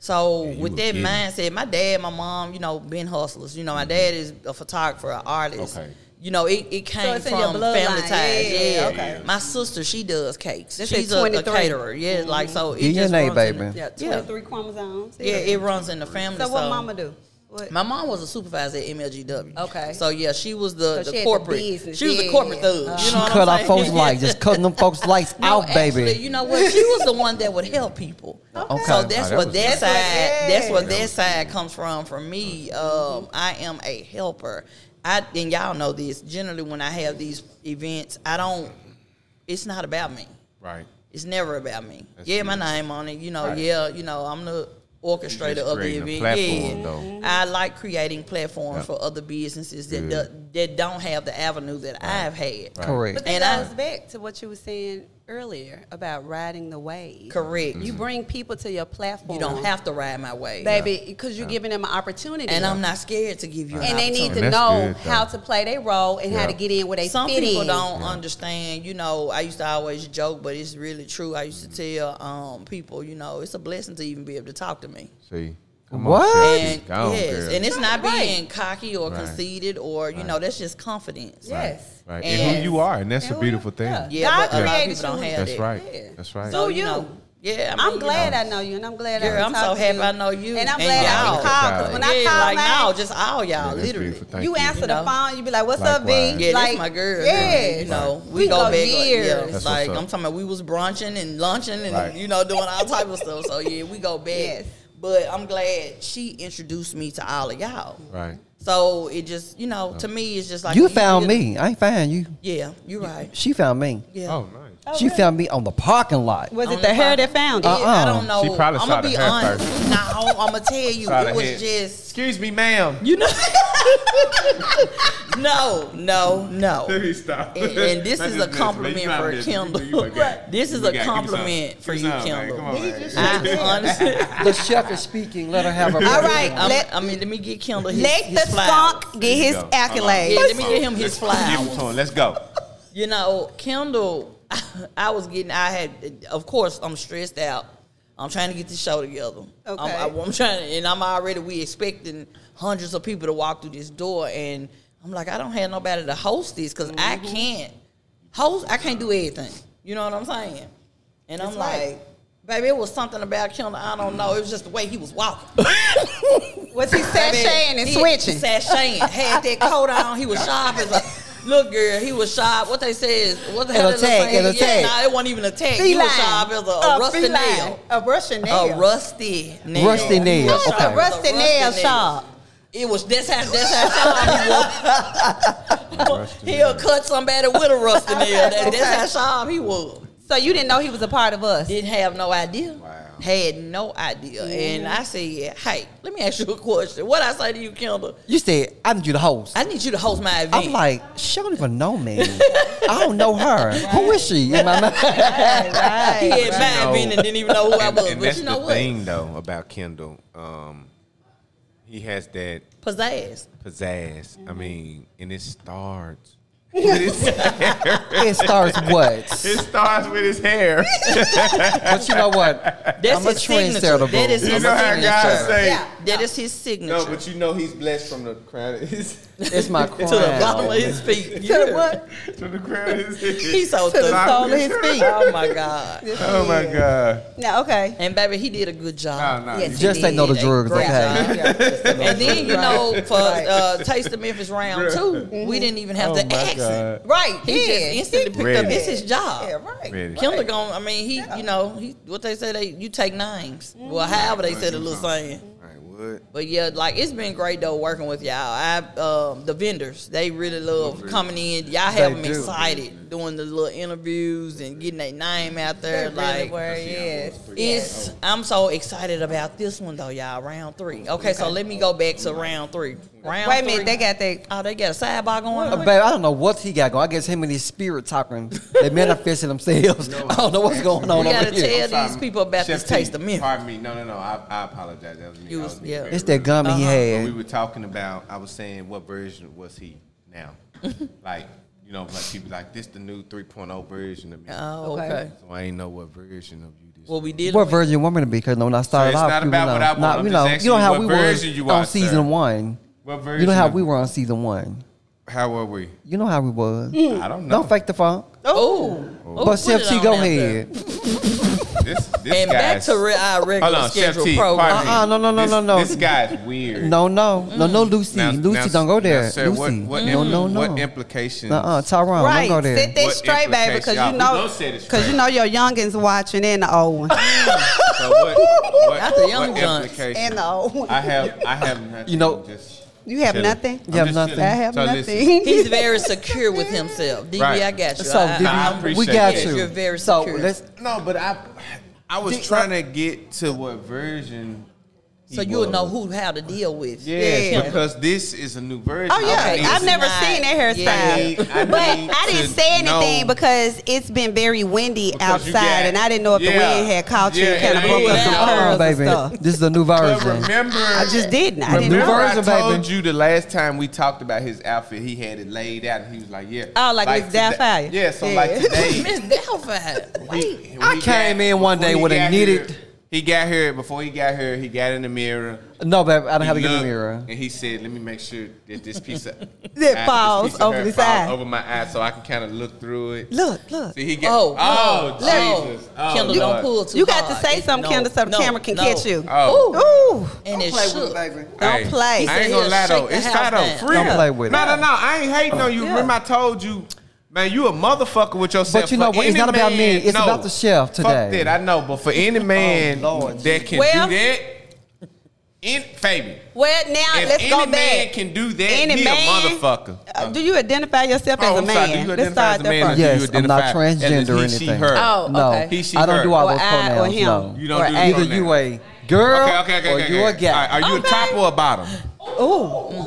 S7: So with that mindset, my dad, my mom, you know, been hustlers. You know, my dad is a photographer, an artist.
S11: Okay.
S7: You know, it, it came
S8: it's in
S7: from
S8: your
S7: family
S8: bloodline.
S7: ties.
S8: Yeah,
S7: Yeah,
S8: yeah, okay.
S7: My sister, she does cakes.
S8: This is
S7: She's a, a
S8: 23.
S7: caterer. Yeah, like so. It
S10: DNA,
S7: just runs in the-
S10: baby.
S8: Mm-hmm. Yeah,
S7: Yeah.
S8: 23 chromosomes.
S7: yeah, it runs in the family.
S8: So what mama do? What?
S7: My mom was a supervisor at MLGW.
S8: Okay.
S7: So yeah, she was the,
S8: So she
S7: the
S8: had the
S7: corporate.
S8: business,
S7: she was
S8: yeah,
S7: the corporate
S8: yeah.
S7: thug. you
S10: she
S7: know what
S10: cut
S7: I'm
S10: our
S7: saying?
S10: folks' lights, just cutting them folks' lights
S7: No,
S10: out,
S7: actually,
S10: baby.
S7: You know what? She was the one that would help people.
S10: Okay.
S7: So that's
S11: Oh, that
S7: what
S11: was-
S8: That's what-
S7: that side. That's
S8: yeah.
S7: what that side comes from. For me, um, I am a helper. I and y'all know this. Generally, when I have these events, I don't. It's not about me.
S11: Right.
S7: It's never about me. yeah, my
S11: huge.
S7: name on it. You know,
S11: Right.
S7: yeah, you know, I'm the orchestrator
S11: just
S7: of the
S11: creating a
S7: event.
S11: platform,
S7: yeah,
S11: though.
S7: I like creating platforms
S11: Yeah.
S7: for other businesses that
S11: Good.
S7: do, that don't have the avenue that I've had.
S8: But
S10: Correct.
S8: that
S7: And I-
S8: goes back to what you were saying earlier about riding the wave.
S7: Correct.
S11: Mm-hmm.
S8: You bring people to your platform.
S7: You don't have to ride my way,
S8: baby, because you're giving them an opportunity.
S7: And I'm not scared to give you. an
S8: And they need
S7: opportunity.
S8: to
S11: And that's
S8: know
S11: good, though.
S8: how to play their role and how
S11: Yeah.
S8: to get in where they
S7: Some
S8: fit
S7: people
S8: in.
S7: don't understand. You know, I used to always joke, but it's really true. I used
S8: Mm-hmm.
S7: to tell um, people, you know, it's a blessing to even be able to talk to me.
S11: See.
S10: What?
S7: And
S11: Gone,
S7: yes,
S11: girl.
S7: and it's not
S8: Right.
S7: being cocky or
S11: Right.
S7: conceited or you know that's just confidence.
S8: Yes.
S11: Right. And who you are, and that's
S8: And
S11: a
S8: who you-
S11: beautiful thing.
S8: yeah.
S7: Yeah,
S8: God
S7: but a lot of
S8: created
S7: people don't
S8: you.
S7: have
S11: That's
S7: that.
S11: right.
S8: Yeah.
S11: That's right.
S8: So
S7: you
S8: you.
S7: know, yeah, I
S8: I'm
S7: mean,
S8: glad
S7: you know.
S8: I know you, and I'm glad I
S7: Girl,
S8: can
S7: I'm so
S8: talk to
S7: happy
S8: you.
S7: I know you.
S8: and I'm
S7: and
S8: glad I
S7: y'all.
S8: can call. Because when I
S7: yeah,
S8: call,
S7: like now,
S8: like,
S7: just all y'all,
S11: That's
S7: literally.
S11: beautiful. Thank
S8: you answer
S7: You know?
S8: the phone, you be like, "What's up,
S11: Likewise.
S8: B?"
S7: Yeah,
S8: like
S7: that's my girl.
S8: Yeah,
S7: you know, we,
S8: We
S7: go
S8: go
S7: back years.
S8: years.
S7: yeah,
S8: That's
S7: it's
S11: what's
S7: like
S11: up.
S7: I'm talking about. We was brunching and lunching and
S11: Right.
S7: you know doing all type of stuff. So yeah, we go back.
S8: Yes.
S7: But I'm glad she introduced me to all of y'all.
S11: Right.
S7: So it just you know to me it's just like
S10: You found
S7: really-
S10: me. I ain't found you.
S7: Yeah, you're right.
S10: She found me.
S7: Yeah.
S11: Oh, nice.
S10: She found me on the parking lot.
S8: was
S7: On
S8: it the
S7: the
S8: hair
S7: phone.
S8: that found
S10: Uh,
S8: it?
S7: Yeah, I don't know.
S11: Uh-uh. She probably
S7: I'm
S11: saw
S7: gonna
S11: the
S7: be
S11: hair
S7: honest.
S11: first.
S7: No, I'm gonna tell you,
S11: Saw the
S7: it was
S11: head.
S7: just
S11: Excuse me, ma'am.
S7: You know. no, no, no.
S11: stop.
S7: And, and this is a compliment for Kendall. This is a compliment for you, Kendall. I honestly.
S10: The chef is speaking. Let her have her.
S8: All right,
S7: I'm-
S8: let
S7: I mean, let me get Kendall his,
S8: let
S7: his
S8: the
S7: flowers.
S8: skunk get his
S11: Here
S1: Uh-huh.
S11: we go.
S8: accolades.
S7: Yeah, let me get him his flowers.
S11: Let's go.
S7: You know, Kendall, I was getting, I had, of course, I'm stressed out. I'm trying to get the show together.
S8: Okay.
S7: I'm, I'm trying, to, and I'm already, we expecting hundreds of people to walk through this door. And I'm like, I don't have nobody to host this because I can't host, I can't do everything. You know what I'm saying? And I'm
S8: right.
S7: like, baby, it was something about Kendall, I don't know. It was just the way he was walking.
S8: What's he
S7: Sashaying
S8: sashaying and switching?
S7: Sashaying. Had that coat on. He was sharp as a look, girl. He was sharp. What they say is what the hell
S10: An
S7: is they
S10: attack,
S7: saying?
S10: an
S7: Yeah,
S10: attack.
S7: nah, it wasn't even a tag. He
S8: Feline.
S7: was sharp as a,
S8: Uh,
S7: a rusty
S8: feline.
S7: nail.
S8: A Russian nail.
S7: A rusty nail.
S10: Rusty nail,
S7: He was sharp
S10: okay.
S7: as a
S8: Rusty nail sharp.
S7: It was that's how that's how sharp he was. He'll cut somebody with a rusty nail. That- that's how sharp he was.
S8: So you didn't know he was a part of us.
S7: Didn't have no idea. Had no idea. And I said, hey, let me ask you a question. What I say to you, Kendall?
S10: You said I need you to host.
S7: I need you to host my event.
S10: I'm like, she don't even know me. I don't know her. Who is she in my mind?
S7: he had
S11: You know,
S7: five been and didn't even know who I
S11: and,
S7: was.
S11: and
S7: But
S11: that's
S7: you know
S11: the
S7: what?
S11: thing, though, about Kendall. Um, he has that
S7: Pizzazz.
S11: pizzazz. I mean, and it starts. with his hair.
S10: It starts what?
S11: It starts with his hair.
S10: But you know what?
S7: That's
S10: I'm a
S7: his signature.
S10: trendsetter.
S7: That is
S10: boo.
S11: You
S7: his
S11: know how
S7: signature.
S11: guys say.
S7: That is his signature.
S11: No, but you know he's blessed from the crown of his
S10: It's my
S7: to the
S10: crown.
S7: bottom of his feet. Yeah.
S11: to the crown of his head.
S7: He's so thick.
S11: sole of
S7: his feet. Oh my god.
S11: Oh my god.
S8: No, okay.
S7: And baby, he did a good job.
S11: No, no,
S7: Yes, he
S10: Just say no
S7: did
S10: to
S7: a
S10: drugs,
S7: great
S10: okay?
S7: job. And then you know, for uh, Taste of Memphis round 2 we didn't even have
S11: Oh
S7: to
S11: my
S7: ask
S11: God.
S7: him.
S8: Right.
S7: He
S8: yeah.
S7: just instantly picked up.
S11: Ready.
S7: It's his job.
S8: Yeah, right.
S11: Ready.
S7: Kendall gon' I mean, he, you know, he what they say they you take names. Well,
S8: Mm-hmm.
S7: however they said the little saying.
S11: Alright, what?
S7: But yeah, like it's been great though working with y'all. I um, the vendors they really love coming in. Y'all have them
S10: do.
S7: excited doing the little interviews and getting their name out
S8: They
S7: there.
S8: really
S7: like
S8: were, yes.
S7: it's I'm so excited about this one though, y'all. Round three. Okay, so let me go back to round three. Round
S8: Wait a
S7: three-
S8: minute, they got they
S7: oh they got a sidebar going
S10: Uh,
S7: on.
S10: Babe, I don't know what he got going. I guess him and his spirit talking. They manifested themselves. I don't know what's going on
S7: You
S10: over
S7: gotta
S10: here.
S7: tell these people about this taste of Memphis.
S11: Pardon me. No, no, no. I, I apologize. That was me.
S7: You
S11: I
S7: was-
S11: being
S7: yeah.
S11: very
S10: It's that
S11: rude.
S10: gum he
S11: When we
S10: had.
S11: were talking about, I was saying, what version was he now? like, you know, like people like this, the new 3.0 version of me.
S7: Oh, okay.
S11: So I ain't know what version of you this.
S7: Well, we did.
S10: What version want me to be? Because when I started
S11: it's
S10: off,
S11: not
S10: you
S11: about
S10: know,
S11: what I want.
S10: nah,
S11: I'm
S10: you
S11: just
S10: know,
S11: asking
S10: you know
S11: you
S10: how
S11: what
S10: we were
S11: version you
S10: on
S11: are, sir.
S10: season one.
S11: what version?
S10: You know how
S11: of
S10: we
S11: you?
S10: were on season one.
S11: How were we?
S10: You know how we was.
S1: Mm.
S11: I don't know.
S10: Don't fake the funk.
S7: Oh,
S10: but CFT, go ahead.
S1: This, this
S7: And back
S1: guy's-
S7: to re- our
S1: Hold
S7: regular
S1: on, Chef
S7: scheduled
S1: T,
S7: program.
S1: pardon me.
S10: Uh-uh, no, no, no,
S1: This-
S10: no, no.
S1: This guy's weird.
S10: No, no, no, no, Lucy,
S1: Mm. Now-
S10: Lucy,
S1: now-
S10: don't go there,
S1: now, sir,
S10: Lucy.
S1: What, what,
S10: no,
S1: impl-
S10: no, no,
S1: what implications?
S10: Uh, uh, Tyrone,
S8: Right.
S10: don't go there.
S8: Set that
S1: What
S8: straight, baby,
S1: implication?
S8: because
S1: Y'all-
S8: you
S1: we
S8: know,
S1: gonna set it
S8: because you
S1: straight.
S8: know your youngins watching and the old one
S1: So what, what,
S7: Not the young
S1: what
S7: guns.
S1: implications?
S8: and the old one.
S1: I have, I have nothing.
S10: You know-
S1: just
S8: you have
S1: chilling.
S8: nothing.
S10: You have
S1: just
S10: nothing.
S8: I
S1: chilling.
S8: have
S1: So listen,
S8: nothing.
S7: Uh-uh. He's very secure with himself. DB,
S1: Right.
S7: I got you.
S10: So,
S7: I,
S10: Diddy,
S1: I
S7: I,
S1: appreciate
S10: we got
S1: it.
S10: you.
S7: You're very
S10: so
S7: secure.
S10: let's
S1: No, but I, I was
S10: Did-
S1: trying to get to what version. he
S7: so you'll
S1: was.
S7: know who how to deal with.
S1: Yes,
S8: Yeah.
S1: because this is a new version.
S8: Oh yeah,
S1: I need-
S8: I've
S7: it's
S8: never
S7: not-
S8: seen that hairstyle.
S1: I need- I
S8: But
S1: need
S8: I didn't
S1: to
S8: say anything
S1: know.
S8: because it's been very windy
S1: Because you
S8: outside,
S1: got-
S8: and I didn't know if the
S1: Yeah.
S8: wind had caught you and
S1: Yeah,
S8: kind of
S1: it
S8: broke up
S1: ain't-
S8: some
S7: Now-
S10: Uh-uh,
S8: curls
S10: baby.
S8: and stuff.
S10: This is the new
S1: But
S10: version.
S1: remember,
S8: I just didn't. I didn't
S10: Remember
S8: know.
S10: I
S1: I told
S10: baby.
S1: you the last time we talked about his outfit, he had it laid out, and he was like, "Yeah."
S8: Oh, like Miss
S1: today-
S8: Doubtfire.
S1: Yeah, so
S8: Yeah.
S1: like today,
S7: Miss Delphi.
S1: he-
S10: I
S1: he
S10: came in one
S1: before
S10: day
S1: he
S10: with a
S1: got
S10: knitted-
S1: here- He got here before he got here. He got in the mirror.
S10: No, baby, I don't
S1: he
S10: have to get a
S1: looked,
S10: mirror.
S1: and he said, "Let me make sure that this piece of
S8: That
S1: eye-
S8: falls
S1: this piece of
S8: over
S1: hair
S8: his
S1: falls
S8: eye.
S1: over my eye, so I can kind of look through it."
S8: Look, look.
S1: See, he got
S7: Oh,
S1: oh,
S7: oh,
S1: oh Jesus, oh,
S7: Kendall,
S1: Lord.
S7: don't pull too
S8: You got to
S7: hard.
S8: say
S7: It's-
S8: something,
S7: no,
S8: Kendall, so the
S7: no,
S8: camera can
S7: no.
S8: catch you.
S1: Oh.
S8: Ooh,
S7: And it shook.
S8: don't
S1: Hey,
S8: play.
S1: I ain't
S7: said
S1: gonna
S7: he'll
S1: lie though.
S7: shake the
S1: It's
S7: house
S1: fine though.
S7: down.
S1: Free.
S10: Don't play with
S1: no,
S10: it.
S1: No, no, I ain't hating on you. Remember, I told you, man, you a motherfucker with yourself.
S10: But you know
S1: For
S10: what? It's
S1: any
S10: not about me.
S1: man-
S10: It's
S1: no.
S10: about the chef
S1: Fuck
S10: today.
S1: that. I know, but for any man
S10: Lord.
S1: that can
S8: Oh, Well-
S1: do that, in Fabian,
S8: Well, now
S1: if
S8: let's
S1: any
S8: go
S1: man
S8: back.
S1: can do that,
S8: Any
S1: he
S8: man-
S1: a motherfucker.
S8: Uh, do you identify yourself as
S1: Oh,
S8: a
S1: I'm sorry, do you
S8: man? Let's
S1: identify as
S8: start
S1: a
S8: that
S1: man or
S8: first.
S1: do you
S10: Yes, I'm not
S1: identify as a
S10: transgender or
S1: he, she,
S10: anything.
S1: her?
S7: Oh,
S10: no,
S7: okay.
S1: He, she,
S10: I don't do
S1: her.
S10: all
S8: Or
S10: those
S8: I or
S10: pronouns.
S8: him.
S10: No.
S1: You don't
S8: Or
S1: do
S8: a-
S1: the
S10: Either you a girl
S1: Okay, okay, okay,
S10: or
S1: okay,
S10: you a
S1: okay.
S10: guy.
S1: All right, are you a top or a bottom?
S8: Ooh,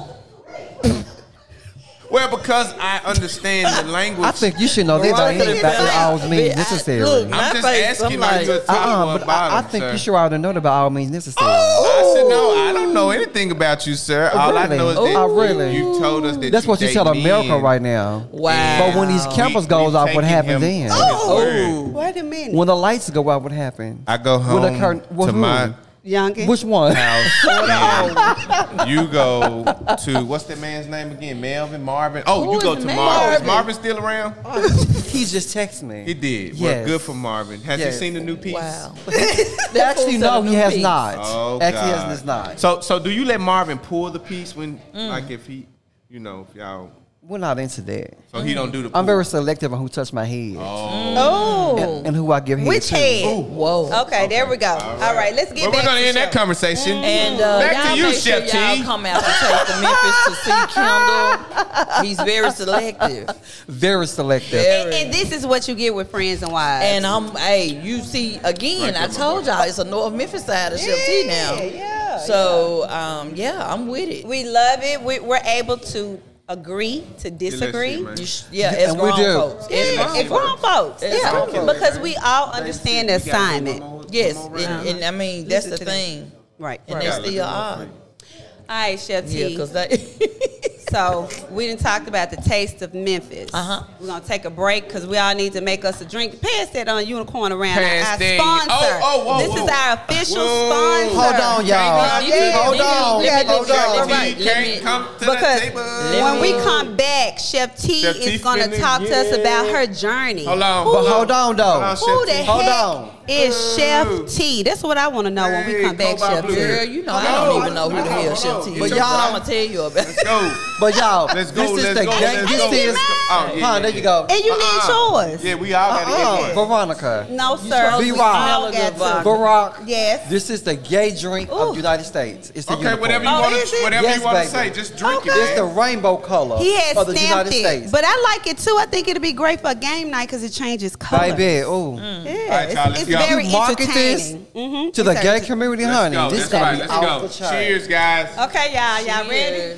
S1: Well, because I understand the language.
S10: I think you should know that by
S7: Veronica
S10: any
S7: didn't
S10: by
S7: say-
S10: all means
S7: Bitch, I- look,
S10: necessary.
S7: my
S1: I'm just
S7: face,
S1: asking
S7: I'm
S1: are
S7: like-
S1: you a top
S10: Uh-uh,
S1: or a
S10: but I, I
S1: bottom,
S10: think
S1: sir? Oh,
S10: you should already know that by all means necessary.
S1: I said no. I don't know anything about you, sir. All
S10: Really?
S1: I know is
S10: Oh,
S1: that
S10: I really-
S1: you told us that
S10: That's
S1: you
S10: what you
S1: date
S10: tell America
S1: men.
S10: right now.
S7: Wow.
S10: But when these cameras
S1: We-
S10: goes
S1: we
S10: off,
S1: taking
S10: what happens
S1: him
S10: then?
S1: at his word.
S8: wait a minute,
S10: When the lights go out, what happens?
S1: I go
S10: With a
S1: home
S10: curtain- with
S1: to
S10: who?
S1: my
S8: youngin.
S10: Which one?
S1: house. and you go to what's that man's name again? Melvin, Marvin. Oh, you go to Marvin. Is Marvin still around?
S10: He just texted me.
S1: He did.
S10: Yes.
S1: Well, good for Marvin. Has
S10: Yes.
S1: he seen the new piece?
S7: Wow.
S10: Actually,
S7: fool
S10: no,
S7: selling
S10: he
S7: them
S10: has
S7: piece.
S10: not.
S1: Oh,
S10: Actually, he
S1: God.
S10: has not.
S1: So, so do you let Marvin pull the piece when, like, if he, you know, if y'all,
S10: We're not into that.
S1: so he don't do the. Pull.
S10: I'm very selective on who touched my head
S8: Oh,
S10: and who I give head
S8: which
S10: to.
S8: head?
S7: Whoa.
S8: Okay, there we go. All right, let's get
S1: Well, we're
S8: back
S1: gonna
S8: to
S1: end that
S8: show.
S1: conversation.
S7: And uh,
S1: Back
S7: y'all
S1: to you,
S7: make sure
S1: Chef
S7: y'all
S1: T.
S7: come out and take to Memphis to see Kendall. He's very selective.
S10: Very selective.
S8: And, and this is what you get with friends and wives.
S7: And I'm, hey, you see, again, I told y'all it's a North Memphis side of Chef T now.
S8: yeah,
S7: So, um, yeah, I'm with it.
S8: we love it. We, we're able to agree to disagree.
S1: man.
S7: You sh- yeah, as
S10: And we
S7: grown
S10: do.
S7: folks.
S8: Yeah,
S7: As grown
S8: and grown folks.
S7: It's
S8: Yeah,
S7: grown folks.
S8: because we all understand the assignment.
S7: Yes, and, and I mean that's
S8: Listen
S7: the
S8: to them.
S7: thing,
S8: Right.
S7: and they still are.
S8: All right, Chef
S7: Yeah,
S8: T.
S7: because they.
S8: So we didn't talked about the taste of Memphis.
S7: Uh-huh.
S8: We're gonna take a break because we all need to make us a drink. Pass that on unicorn around.
S1: Pass
S8: our
S1: that.
S8: sponsor.
S1: Oh, oh, whoa,
S8: this
S1: whoa.
S8: is our official
S1: Whoa.
S10: Hold
S8: sponsor.
S10: on, y'all.
S7: Let me-
S10: Hold
S7: let me-
S10: on.
S7: let me-
S10: Hold
S7: let me-
S10: on.
S7: let me-
S1: He
S7: let
S1: can't
S7: me-
S1: come to
S8: Because
S1: the table.
S8: when we
S7: Let me-
S8: come back, Chef T
S1: Chef T
S8: is gonna
S1: finna
S8: talk to us
S1: get-
S8: about her journey.
S1: Hold on,
S10: But
S1: Who-
S10: hold on, though.
S1: Hold on, Chef
S8: Who the
S1: T.
S8: heck
S10: Hold on.
S8: is
S1: Ooh.
S8: Chef T? That's what I want to know when we
S1: Hey,
S8: come back,
S1: Cobalt
S8: Chef
S1: Blue.
S7: Girl,
S8: T.
S7: you know I don't even know who the hell Chef T is,
S1: But
S7: but
S1: y'all-
S7: I'm gonna tell you about. it.
S1: Go.
S10: But y'all,
S1: Let's go.
S10: this is
S1: let's
S10: the
S1: go.
S10: gang.
S1: Let's
S10: This
S1: go.
S10: is.
S1: Oh, yeah,
S10: Huh,
S1: yeah,
S10: there you
S1: yeah.
S10: go.
S8: And you
S1: Uh-uh.
S8: need yours.
S1: Yeah, we all gotta
S10: Uh-uh.
S1: get one.
S10: Veronica.
S8: No, sir.
S10: supposed
S8: We
S10: to
S8: all
S7: smell a
S8: got
S7: good vibe.
S8: to.
S10: Barack.
S8: Yes.
S10: This is the gay drink of
S8: Ooh.
S10: the United States. It's the
S1: Okay,
S10: unicorn.
S1: whatever you
S8: Oh,
S1: want
S8: is
S1: to,
S8: it?
S1: whatever
S10: Yes,
S1: you want to
S10: baby.
S1: say, just drink
S8: Okay.
S10: It's
S1: it.
S10: the
S1: man.
S10: rainbow color
S8: He had
S10: of the
S8: stamped
S10: United
S8: it,
S10: States.
S8: but I like it too. I think it'll be great for a game night because it changes color.
S10: baby, ooh.
S8: yeah,
S11: Mm.
S1: right, y'all,
S8: it's,
S1: let's
S8: it's
S1: go.
S8: very
S10: You market this
S8: entertaining. Mhm,
S10: to the
S8: it's
S10: gay
S8: entertaining.
S10: community,
S1: Let's
S10: honey.
S1: go.
S10: This
S1: That's right.
S10: is
S1: Let's
S10: off
S1: go.
S10: the chart.
S1: Cheers, guys.
S8: Okay, y'all, y'all ready?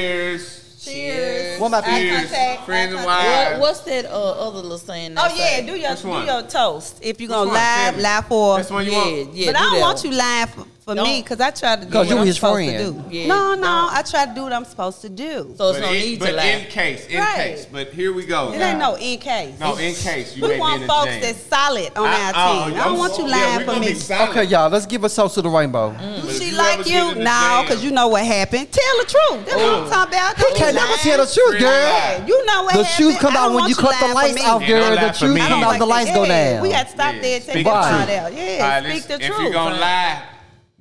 S1: Cheers.
S8: Cheers.
S10: What my
S8: Eye
S10: people-
S8: contact,
S1: Friends
S8: eye
S1: and
S8: contact.
S1: wives.
S7: What, what's that uh, other little saying? they
S8: Oh yeah,
S7: say?
S8: do your
S1: Which
S8: do
S1: one?
S8: your toast if you're gonna
S1: Which one?
S8: live
S1: Tell me.
S8: live for.
S1: That's the one you
S7: yeah,
S1: want.
S7: yeah.
S8: but I
S7: do
S8: don't
S7: that
S8: want
S7: one.
S8: you live for, for
S7: Don't-
S8: me because I tried to do
S10: 'Cause
S8: what
S10: you
S8: I'm
S10: his
S8: supposed
S10: friend.
S8: to do.
S7: Yeah,
S8: no, no,
S7: don't.
S8: I tried to do what I'm supposed to do.
S7: So it's
S11: But, in,
S7: no need
S11: but
S7: to
S11: in
S7: lie.
S11: case, in
S8: Right.
S11: case. But here we go.
S8: it ain't no in case.
S11: No, in case you
S8: we
S11: may be
S8: want
S11: in the
S8: folks
S11: jam.
S8: that's solid on
S11: I-
S8: our
S11: oh,
S8: team. I don't
S11: I'm-
S8: want you
S11: yeah,
S8: lying
S11: we
S8: for
S11: gonna
S8: me.
S11: be silent.
S10: Okay, y'all, let's give a toast to the rainbow.
S11: But if
S8: she
S11: you ever
S8: like
S11: get
S8: you?
S11: in the
S8: No,
S11: jam-
S8: because you know what happened. Tell the truth. That's what I'm talking about.
S10: He
S8: Don't
S10: can't
S8: lie.
S10: never tell the truth,
S11: Real lie.
S10: girl.
S8: You know what
S10: The
S8: happened.
S10: shoes come
S8: I
S10: out
S8: don't
S10: when
S8: want
S10: you cut the
S8: lying for
S10: lights
S8: me.
S10: off,
S11: Ain't
S10: girl.
S11: no
S10: The
S11: lie for
S10: shoes
S11: me.
S10: come
S11: I
S10: out, the lights go
S8: Yeah,
S10: down.
S8: We got to stop
S11: Yeah,
S8: there and take
S11: speak
S8: the
S10: the
S8: out
S10: truth.
S8: out.
S11: All
S8: Yeah,
S11: right,
S8: speak
S11: listen,
S8: the
S11: if
S8: truth.
S11: you're gonna lie,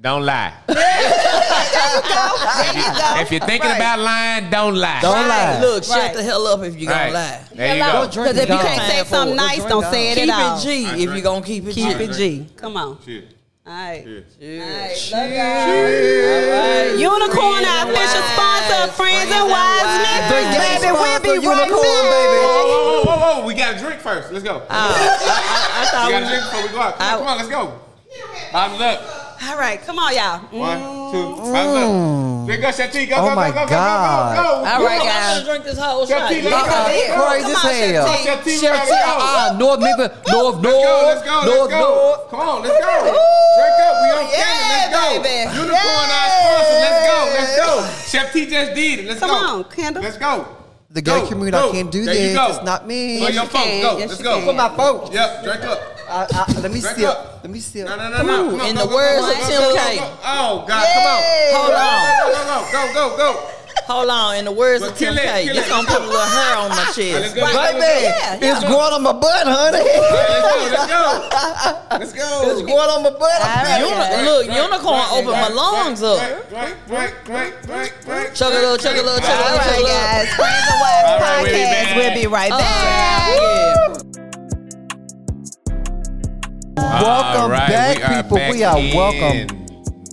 S11: don't lie. If you're thinking about lying, don't lie.
S10: Don't lie.
S8: Right.
S7: Look, shut
S8: Right.
S7: the hell up if you gonna
S11: Right.
S7: lie.
S11: There you
S10: Don't
S11: go.
S10: drink
S8: Because if
S10: it
S8: you
S10: down.
S8: can't say something
S7: Time
S8: nice,
S7: for
S8: don't
S7: it.
S8: say it
S7: Keep
S8: at all.
S7: it G if you gonna keep it G.
S8: Keep it G. Come on.
S11: Shit.
S8: All right.
S7: Cheers.
S8: All right. Love y'all. Unicorn, our official sponsor, Friends and Wise
S10: The
S8: Members.
S10: game
S8: Baby, we'll
S10: sponsor,
S8: be right
S10: Unicorn,
S8: back.
S10: baby.
S11: Whoa, whoa, whoa, whoa, whoa. We got to drink first. Let's go.
S7: I
S11: we
S7: thought
S11: got to drink before we go out. Come on, come on let's go. Bottoms up.
S8: All right, come on, y'all.
S11: One, two, bottoms up. Drink up, Shati. Go,
S10: Oh
S11: go, go,
S10: my
S11: go, go, go,
S10: God.
S11: go, go.
S7: All
S11: Go.
S7: right, guys. I'm gonna drink this whole shot.
S11: Shati, let's
S10: Uh-uh.
S11: go.
S10: Crazy as hell.
S11: Shati, we
S10: Shut
S11: gotta go.
S10: up. uh, North Memphis, North,
S11: Let's
S10: North,
S11: go, let's go,
S10: North,
S11: let's go.
S10: North.
S11: Come on, let's go. Drink up, we on camera, let's go.
S8: baby.
S11: Unicorn, our sponsor, let's go, let's go. Chef T just did it, let's
S8: Come
S11: go.
S8: on, Kendall.
S11: Let's go.
S10: The gay
S11: Go,
S10: community,
S11: go.
S10: I can't do
S11: There you
S10: this.
S11: go.
S10: It's not me.
S11: For your
S8: you
S11: folks,
S8: can,
S11: go,
S8: yes,
S11: let's
S8: you
S11: go.
S8: can.
S10: For my folks.
S11: Yep, drink up.
S10: I, I, let me
S11: Drink
S10: see.
S11: up.
S10: Let me see.
S11: No, no, no, no. Come on,
S7: In
S11: go, go,
S7: the
S11: go,
S7: words
S11: go,
S7: of
S11: go, go,
S7: Tim
S11: go,
S7: K.
S11: go. Oh, God, come on.
S7: Hold
S11: Go,
S7: on.
S11: go, go, go, go.
S7: Hold on. In the words
S11: Well,
S7: of Tim
S11: kill it,
S7: K,
S11: kill
S7: it's
S11: it.
S7: gonna put a little hair on my
S11: Let's
S7: chest.
S11: go.
S10: Right
S8: Yeah,
S10: there. It's growing on my butt, honey.
S11: Let's go. Let's go.
S10: It's
S11: Let's
S10: growing
S11: go.
S10: on my butt.
S7: Uni- look, unicorn opened my lungs up.
S11: Drink, drink, drink, drink, drink.
S7: Chug a little, chug a little, chug a
S8: All
S7: little, chug
S8: right,
S7: a little.
S8: guys. Friends and Wives
S11: right, we'll be
S8: Podcast.
S11: back.
S8: We'll be right back.
S7: Oh, Yeah.
S10: Welcome
S11: All right,
S10: back,
S11: are
S10: people.
S11: back
S10: we are
S11: in.
S10: welcome.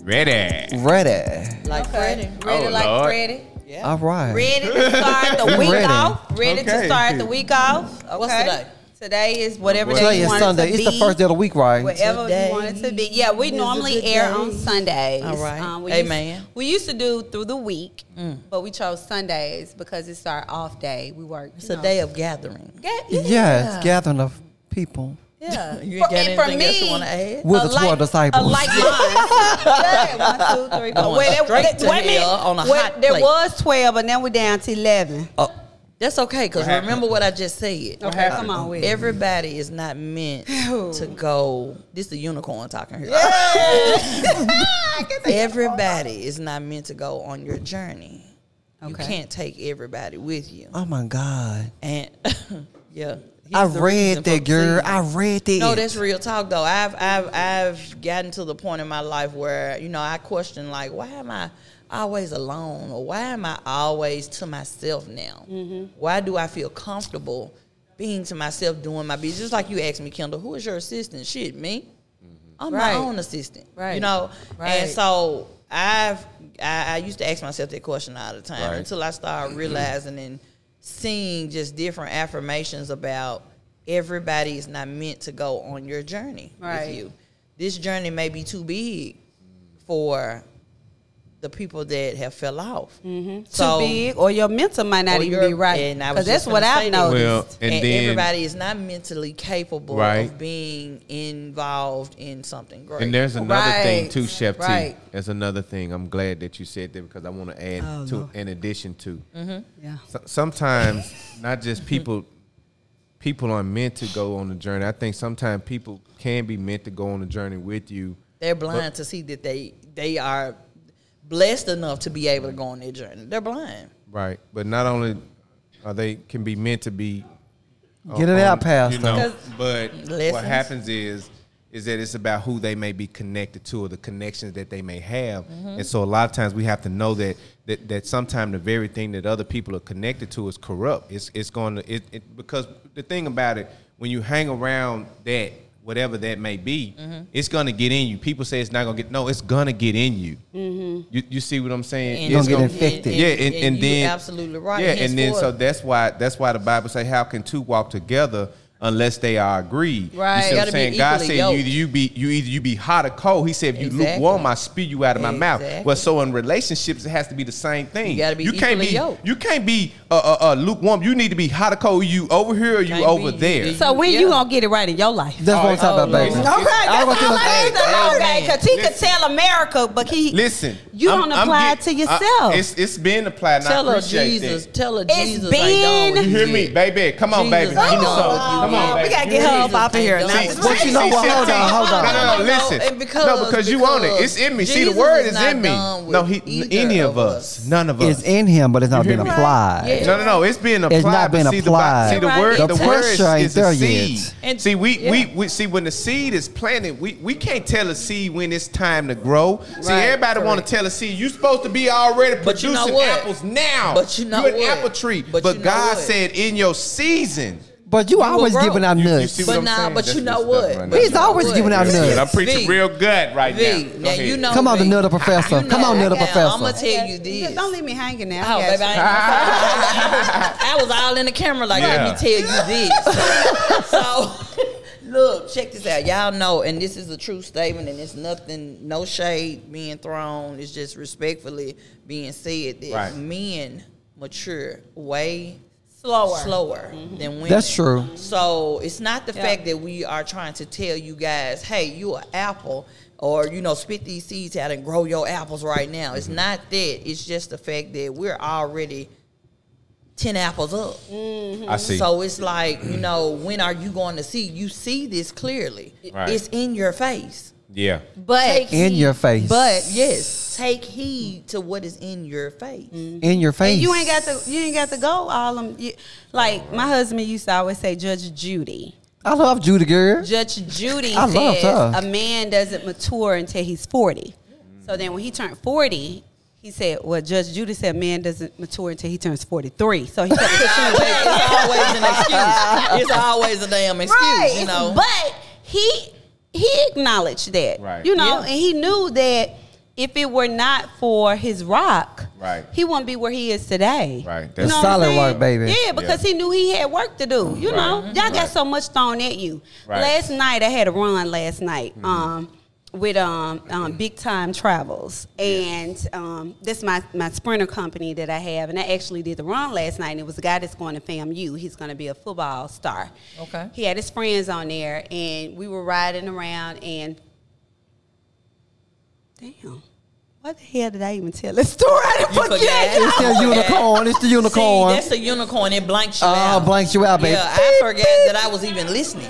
S11: Ready.
S10: Ready.
S7: Like Freddie.
S8: Ready
S11: Oh,
S8: like
S11: Lord.
S8: Freddy.
S10: All right.
S8: Ready to start the week
S10: Ready.
S8: off. Ready to
S11: Okay.
S8: start the week off. Okay.
S7: What's today?
S8: Today is whatever day
S10: Today
S8: you
S10: is
S8: want it to
S10: Sunday. It's the
S8: be.
S10: first day of the week, right?
S8: Whatever
S7: Today
S8: you want it to be. Yeah, we normally air on Sundays. Um,
S7: All right.
S8: we
S7: Amen. Mm.
S8: Used, we used to do through the week, but we chose Sundays because it's our off day. We work.
S7: It's a day of gathering.
S10: Yes, gathering of people.
S8: Yeah.
S7: You
S8: For-
S7: got
S8: and for
S7: anything else you
S8: me,
S7: wanna add?
S10: With
S8: a
S10: the 12
S8: like-
S10: disciples.
S8: A like mine. yeah, one, two, three, four.
S7: Going
S8: Wait, there-
S7: straight
S8: there-
S7: to
S8: wait minute.
S7: hell on a
S8: Wait,
S7: hot
S8: There
S7: plate.
S8: was 12, but now we're down to 11.
S7: Oh, that's okay, because remember what I just said.
S8: Okay, come on with it.
S7: Everybody is not meant to go. This is the unicorn talking here. Everybody is not meant to go on your journey. You
S8: Okay.
S7: can't take everybody with you.
S10: Oh my God.
S7: And yeah, he's
S10: I
S7: the reason
S10: read
S7: for
S10: that, girl.
S7: the
S10: I
S7: season.
S10: read that.
S7: No, that's real talk though. I've I've I've gotten to the point in my life where you know I question like, why am I always alone, or why am I always to myself now?
S8: Mm-hmm.
S7: Why do I feel comfortable being to myself doing my business? Just like you asked me, Kendall, who is your assistant? Shit, me. I'm
S8: Right.
S7: my own assistant.
S8: Right.
S7: You know,
S8: Right.
S7: and so I've I, I used to ask myself that question all the time
S11: Right.
S7: until I
S1: Mm-hmm.
S7: started realizing and seeing just different affirmations about everybody is not meant to go on your journey
S8: Right.
S7: with you. This journey may be too big for the people that have fell off. Mm-hmm. So,
S8: Too big, or your mental might not
S7: or
S8: even
S7: your-
S8: be right.
S7: and I
S8: Because
S7: was
S8: that's
S7: just
S8: what
S7: gonna
S8: I've
S7: say that.
S8: noticed.
S1: Well,
S7: and,
S1: Uh, and, then
S7: everybody is not mentally capable
S1: Right.
S7: of being involved in something great.
S1: and there's another thing
S8: Right,
S1: too, Chef
S8: right.
S1: T. There's another thing. I'm glad that you said that because I want to add to in addition to.
S8: Oh, Mm-hmm. Yeah.
S1: So- sometimes not just people people aren't meant to go on the journey. I think sometimes people can be meant to go on the journey with you.
S7: They're blind to see that they they are blessed enough to be able to go on their journey. They're blind.
S1: Right. But not only are they can be meant to be uh,
S10: Get it
S1: on-
S10: out, Pastor.
S1: You know, but what
S7: Lessons.
S1: happens is is that it's about who they may be connected to or the connections that they may have. And so a lot of times we have to know that that, that sometimes the very thing that other people are connected to is corrupt. It's it's going to it, it because the thing about it when you hang around that whatever that may be, it's going to get in you. People say it's not going to get no, it's going to get in you. You you see what I'm saying?
S7: And-
S1: It's
S10: Gonna get
S1: gonna-
S10: infected.
S1: Yeah, and, and,
S7: you
S1: then
S7: absolutely right.
S1: Yeah, and then so
S7: Henceforth,
S1: that's why that's why the Bible say, "How can two walk together unless they are agreed.
S7: Right.
S1: You see what
S7: Gotta
S1: I'm
S7: be
S1: saying? God
S7: equally
S1: said you
S7: yoked.
S1: either you be you either you be hot or cold. He said if you
S7: Exactly.
S1: lukewarm, I spew you out of my
S7: Exactly.
S1: mouth. Well, so in relationships, it has to be the same thing.
S7: You gotta be
S1: can't
S7: equally
S1: be
S7: yoked.
S1: you can't be uh, uh, uh, lukewarm. You need to be hot or cold. You over here or you
S7: Can't
S1: over
S7: be-
S1: there.
S7: you-
S12: So when you
S7: Yeah.
S12: gonna get it right in your life?
S10: That's what I'm talking
S7: Oh,
S10: about, baby.
S7: Lord.
S12: All right,
S10: I
S12: that's
S10: was
S12: all
S10: gonna
S12: I
S10: say-
S12: need to know,
S7: Amen.
S12: because he could tell America, but he
S1: Listen,
S12: you don't apply it to
S1: getting-
S12: yourself.
S1: I- it's it's been applied. And
S7: Tell
S1: I
S7: her
S1: appreciate
S7: Jesus.
S1: That.
S7: Tell her
S12: It's
S7: Jesus.
S12: been-
S7: ain't done with
S1: You hear me, baby? Come on,
S7: Jesus,
S1: baby.
S8: Oh,
S1: Give me
S7: I
S1: some.
S7: know you.
S1: Come on,
S7: Yeah,
S1: baby.
S12: we gotta get her up off of here.
S7: Jesus
S12: Now,
S7: ain't
S1: See,
S7: done.
S10: But you know
S1: see,
S10: what?
S1: see,
S10: Hold
S1: see,
S10: on, hold on.
S1: No, no,
S7: No, no,
S1: listen.
S7: and because-
S1: no, because you
S7: because
S1: on it. It's in me. see,
S7: Jesus
S1: the word
S7: is
S1: is
S7: not
S1: in me.
S7: done with
S1: No, he,
S7: either
S1: any of
S7: of
S1: us.
S7: us.
S1: None of
S10: It's
S1: us.
S10: in him, but it's not been
S1: hear me?
S10: applied.
S7: Yeah.
S1: No, no, no. It's being applied.
S10: It's
S1: but
S10: not being
S1: see, the Bi-
S10: applied.
S1: See, the
S7: Right.
S1: word,
S7: The
S1: the, word
S10: pressure ain't
S1: is
S10: there
S1: the
S10: yet.
S1: seed.
S7: And-
S1: see, we,
S7: yeah.
S1: we, we see when the seed is planted, we, we can't tell a seed when it's time to grow. See,
S7: Right,
S1: everybody want
S7: correct.
S1: to tell a seed. You supposed to be already
S7: But you
S1: producing
S7: know what?
S1: apples now.
S7: But you know
S1: you an
S7: what?
S1: apple tree.
S7: But
S1: But,
S7: you know
S1: God
S7: what?
S1: said, in your season.
S10: But you always
S7: were wrong.
S10: giving out
S7: You-
S1: You
S10: nuts.
S1: see what
S7: But
S1: I'm
S7: nah,
S1: saying?
S7: but you
S1: That's
S7: know
S1: what's
S7: what?
S1: up right
S7: But
S10: He's
S7: you know
S10: always
S7: what?
S10: giving out
S1: now.
S10: nuts.
S1: Good. I'm preaching
S7: V.
S1: real good right
S7: V.
S1: now. Go
S7: Now you
S1: ahead.
S7: know.
S10: Come on,
S7: V.
S10: the nutty professor. Come on, nutty
S7: I'm gonna
S10: professor.
S7: tell you this.
S8: Don't leave me hanging now.
S7: Oh,
S8: Yes.
S7: baby, I, ain't I was all in the camera like,
S1: Yeah.
S7: let me tell you this. so, look, check this out. Y'all know, and this is a true statement, and it's nothing, no shade being thrown. It's just respectfully being said that
S1: Right.
S7: men mature way
S12: slower.
S7: slower than women.
S10: That's true.
S7: So it's not the
S12: Yeah.
S7: fact that we are trying to tell you guys, hey, you an apple, or you know, spit these seeds out and grow your apples right now. It's
S10: Mm-hmm.
S7: not that. It's just the fact that we're already ten apples up.
S1: I see.
S7: So it's like you know, when are you going to see? You see this clearly.
S1: Right.
S7: It's in your face.
S1: yeah.
S7: But
S10: In your face.
S7: But yes, take heed to what is in your face.
S10: In your face.
S8: And you ain't got to you ain't got to go all them. You, like my husband used to always say, Judge Judy.
S10: I love Judy girl.
S8: Judge Judy
S10: I love
S8: says
S10: her.
S8: a man doesn't mature until he's forty. So then when he turned forty. He said, "Well, Judge Judy said a man doesn't mature until he turns forty-three. So he kept pushing
S7: It's always- it's always an excuse. It's always a damn excuse,
S8: right.
S7: you know.
S8: But he he acknowledged that.
S1: Right.
S8: You know,
S7: Yeah.
S8: and he knew that if it were not for his rock,
S1: Right.
S8: he wouldn't be where he is today.
S1: Right.
S8: You
S1: That's
S8: know what I'm
S10: solid
S8: saying?
S10: work, baby.
S8: Yeah, because he knew he had work to do. You
S1: Right.
S8: know, y'all got
S1: Right.
S8: so much thrown at you.
S1: Right.
S8: Last night I had a run last night. Um with um, um big time travels and um this my my sprinter company that I have and I actually did the run last night and it was a guy that's going to FAMU he's going to be a football star
S7: Okay.
S8: he had his friends on there, and we were riding around, and damn, what the hell did I even tell this story? I didn't
S7: You
S8: forget.
S7: forgot.
S8: y'all.
S10: It's the unicorn. It's the
S7: See,
S10: unicorn.
S7: that's a unicorn. It blanks you
S10: Oh,
S7: out.
S10: blanks you out, baby.
S7: Yeah, I forgot that I was even listening.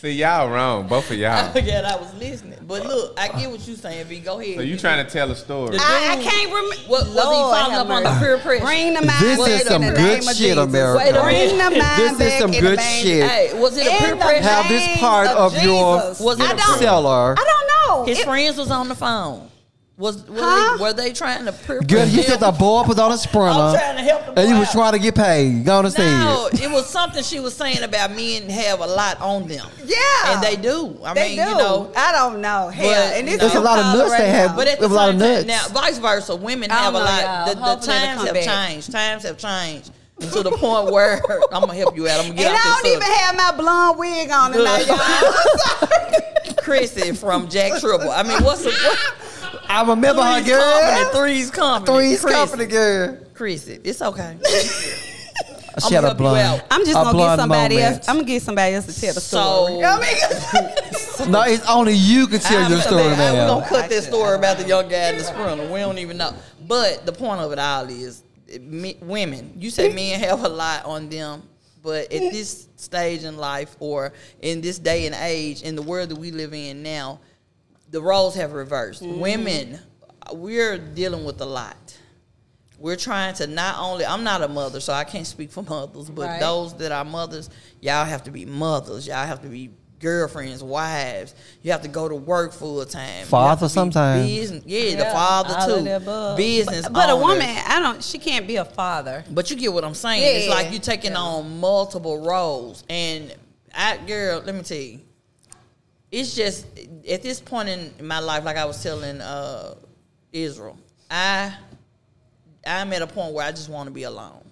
S1: See, y'all wrong. Both of
S7: I
S1: y'all.
S7: forgot I was listening. But look, I get what you saying, V. Go ahead.
S1: So you trying to tell a story.
S8: I, I can't remember.
S7: What- was he following up on the peer pressure?
S8: Bring the mind
S10: This
S8: back
S10: is
S8: in
S10: some
S8: the
S10: good
S8: name of
S10: shit,
S8: Jesus.
S7: Wait a
S10: America.
S8: Bring the mind
S10: This is
S8: back
S10: some
S8: in
S10: good
S8: the name-
S10: shit.
S7: Hey, was it a
S8: In
S7: peer
S8: the
S7: pressure?
S10: Have this
S8: name
S10: part
S8: of
S10: of your-
S8: Jesus.
S7: Was it
S8: I
S7: a
S8: don't-
S10: Seller.
S8: I don't know.
S7: His
S8: It-
S7: friends was on the phone. Was were,
S8: Huh?
S7: they, were they trying to peer
S10: Girl, you
S7: him?
S10: said the boy was on a
S7: I'm
S10: sprinter.
S7: trying to help the
S10: And you
S7: boy
S10: was
S7: out.
S10: trying to get paid. Go on and say
S7: No,
S10: it.
S7: it was something she was saying about men have a lot on them.
S8: yeah,
S7: And they do. I
S8: They
S7: mean,
S8: do.
S7: you know.
S8: I don't know. Hell,
S7: But,
S8: and this
S7: There's
S8: is
S7: a
S10: lot of
S8: Colorado
S10: nuts they have.
S8: now.
S7: But at the
S10: There's a lot
S7: same
S10: of
S7: time,
S10: nuts.
S7: now vice versa, women
S8: I
S7: have a
S8: don't know,
S7: lot.
S8: y'all.
S7: The, the
S8: Hopefully it'll
S7: times
S8: come
S7: have
S8: back.
S7: changed. Times have changed to the point where I'm gonna help you out. I'm gonna get
S8: and
S7: out
S8: I
S7: this
S8: don't even
S7: subject.
S8: have my blonde wig on tonight, y'all.
S7: Chrissy from Jack Triple. I mean, what's the what?
S10: I remember her, girl.
S7: Three's company, three's company,
S10: Three's
S7: Chrissy.
S10: company, girl.
S7: Chrissy, it's okay.
S10: She had a
S7: help you
S10: blunt.
S7: out.
S8: I'm just
S10: a
S8: gonna get
S10: blunt
S8: somebody
S10: moment.
S8: else. I'm gonna get somebody else to tell the
S7: So-
S8: story. I mean,
S10: No, it's only you can tell
S7: I'm
S10: your
S7: sorry,
S10: story
S7: I- We
S10: now.
S7: gonna cut this story about the young guy in the sprinter. We don't even know. But the point of it all is, it- me, women. You say men have a lot on them, but at this stage in life, or in this day and age, in the world that we live in now, the roles have reversed.
S8: Mm-hmm.
S7: Women, we're dealing with a lot. We're trying to not only I'm not a mother, so I can't speak for mothers, but
S8: Right.
S7: those that are mothers, y'all have to be mothers. Y'all have to be girlfriends, wives. You have to go to work full time.
S10: Father sometimes.
S7: Business, yeah, the
S8: Yeah, all of the
S7: father too.
S8: above.
S7: Business,
S8: but a
S7: owners.
S8: woman, I don't. She can't be a father.
S7: But you get what I'm saying. It's
S8: Yeah.
S7: like you're taking on multiple roles. And I, girl, let me tell you, it's just at this point in my life, like I was telling uh, Israel, I I'm at a point where I just want to be alone.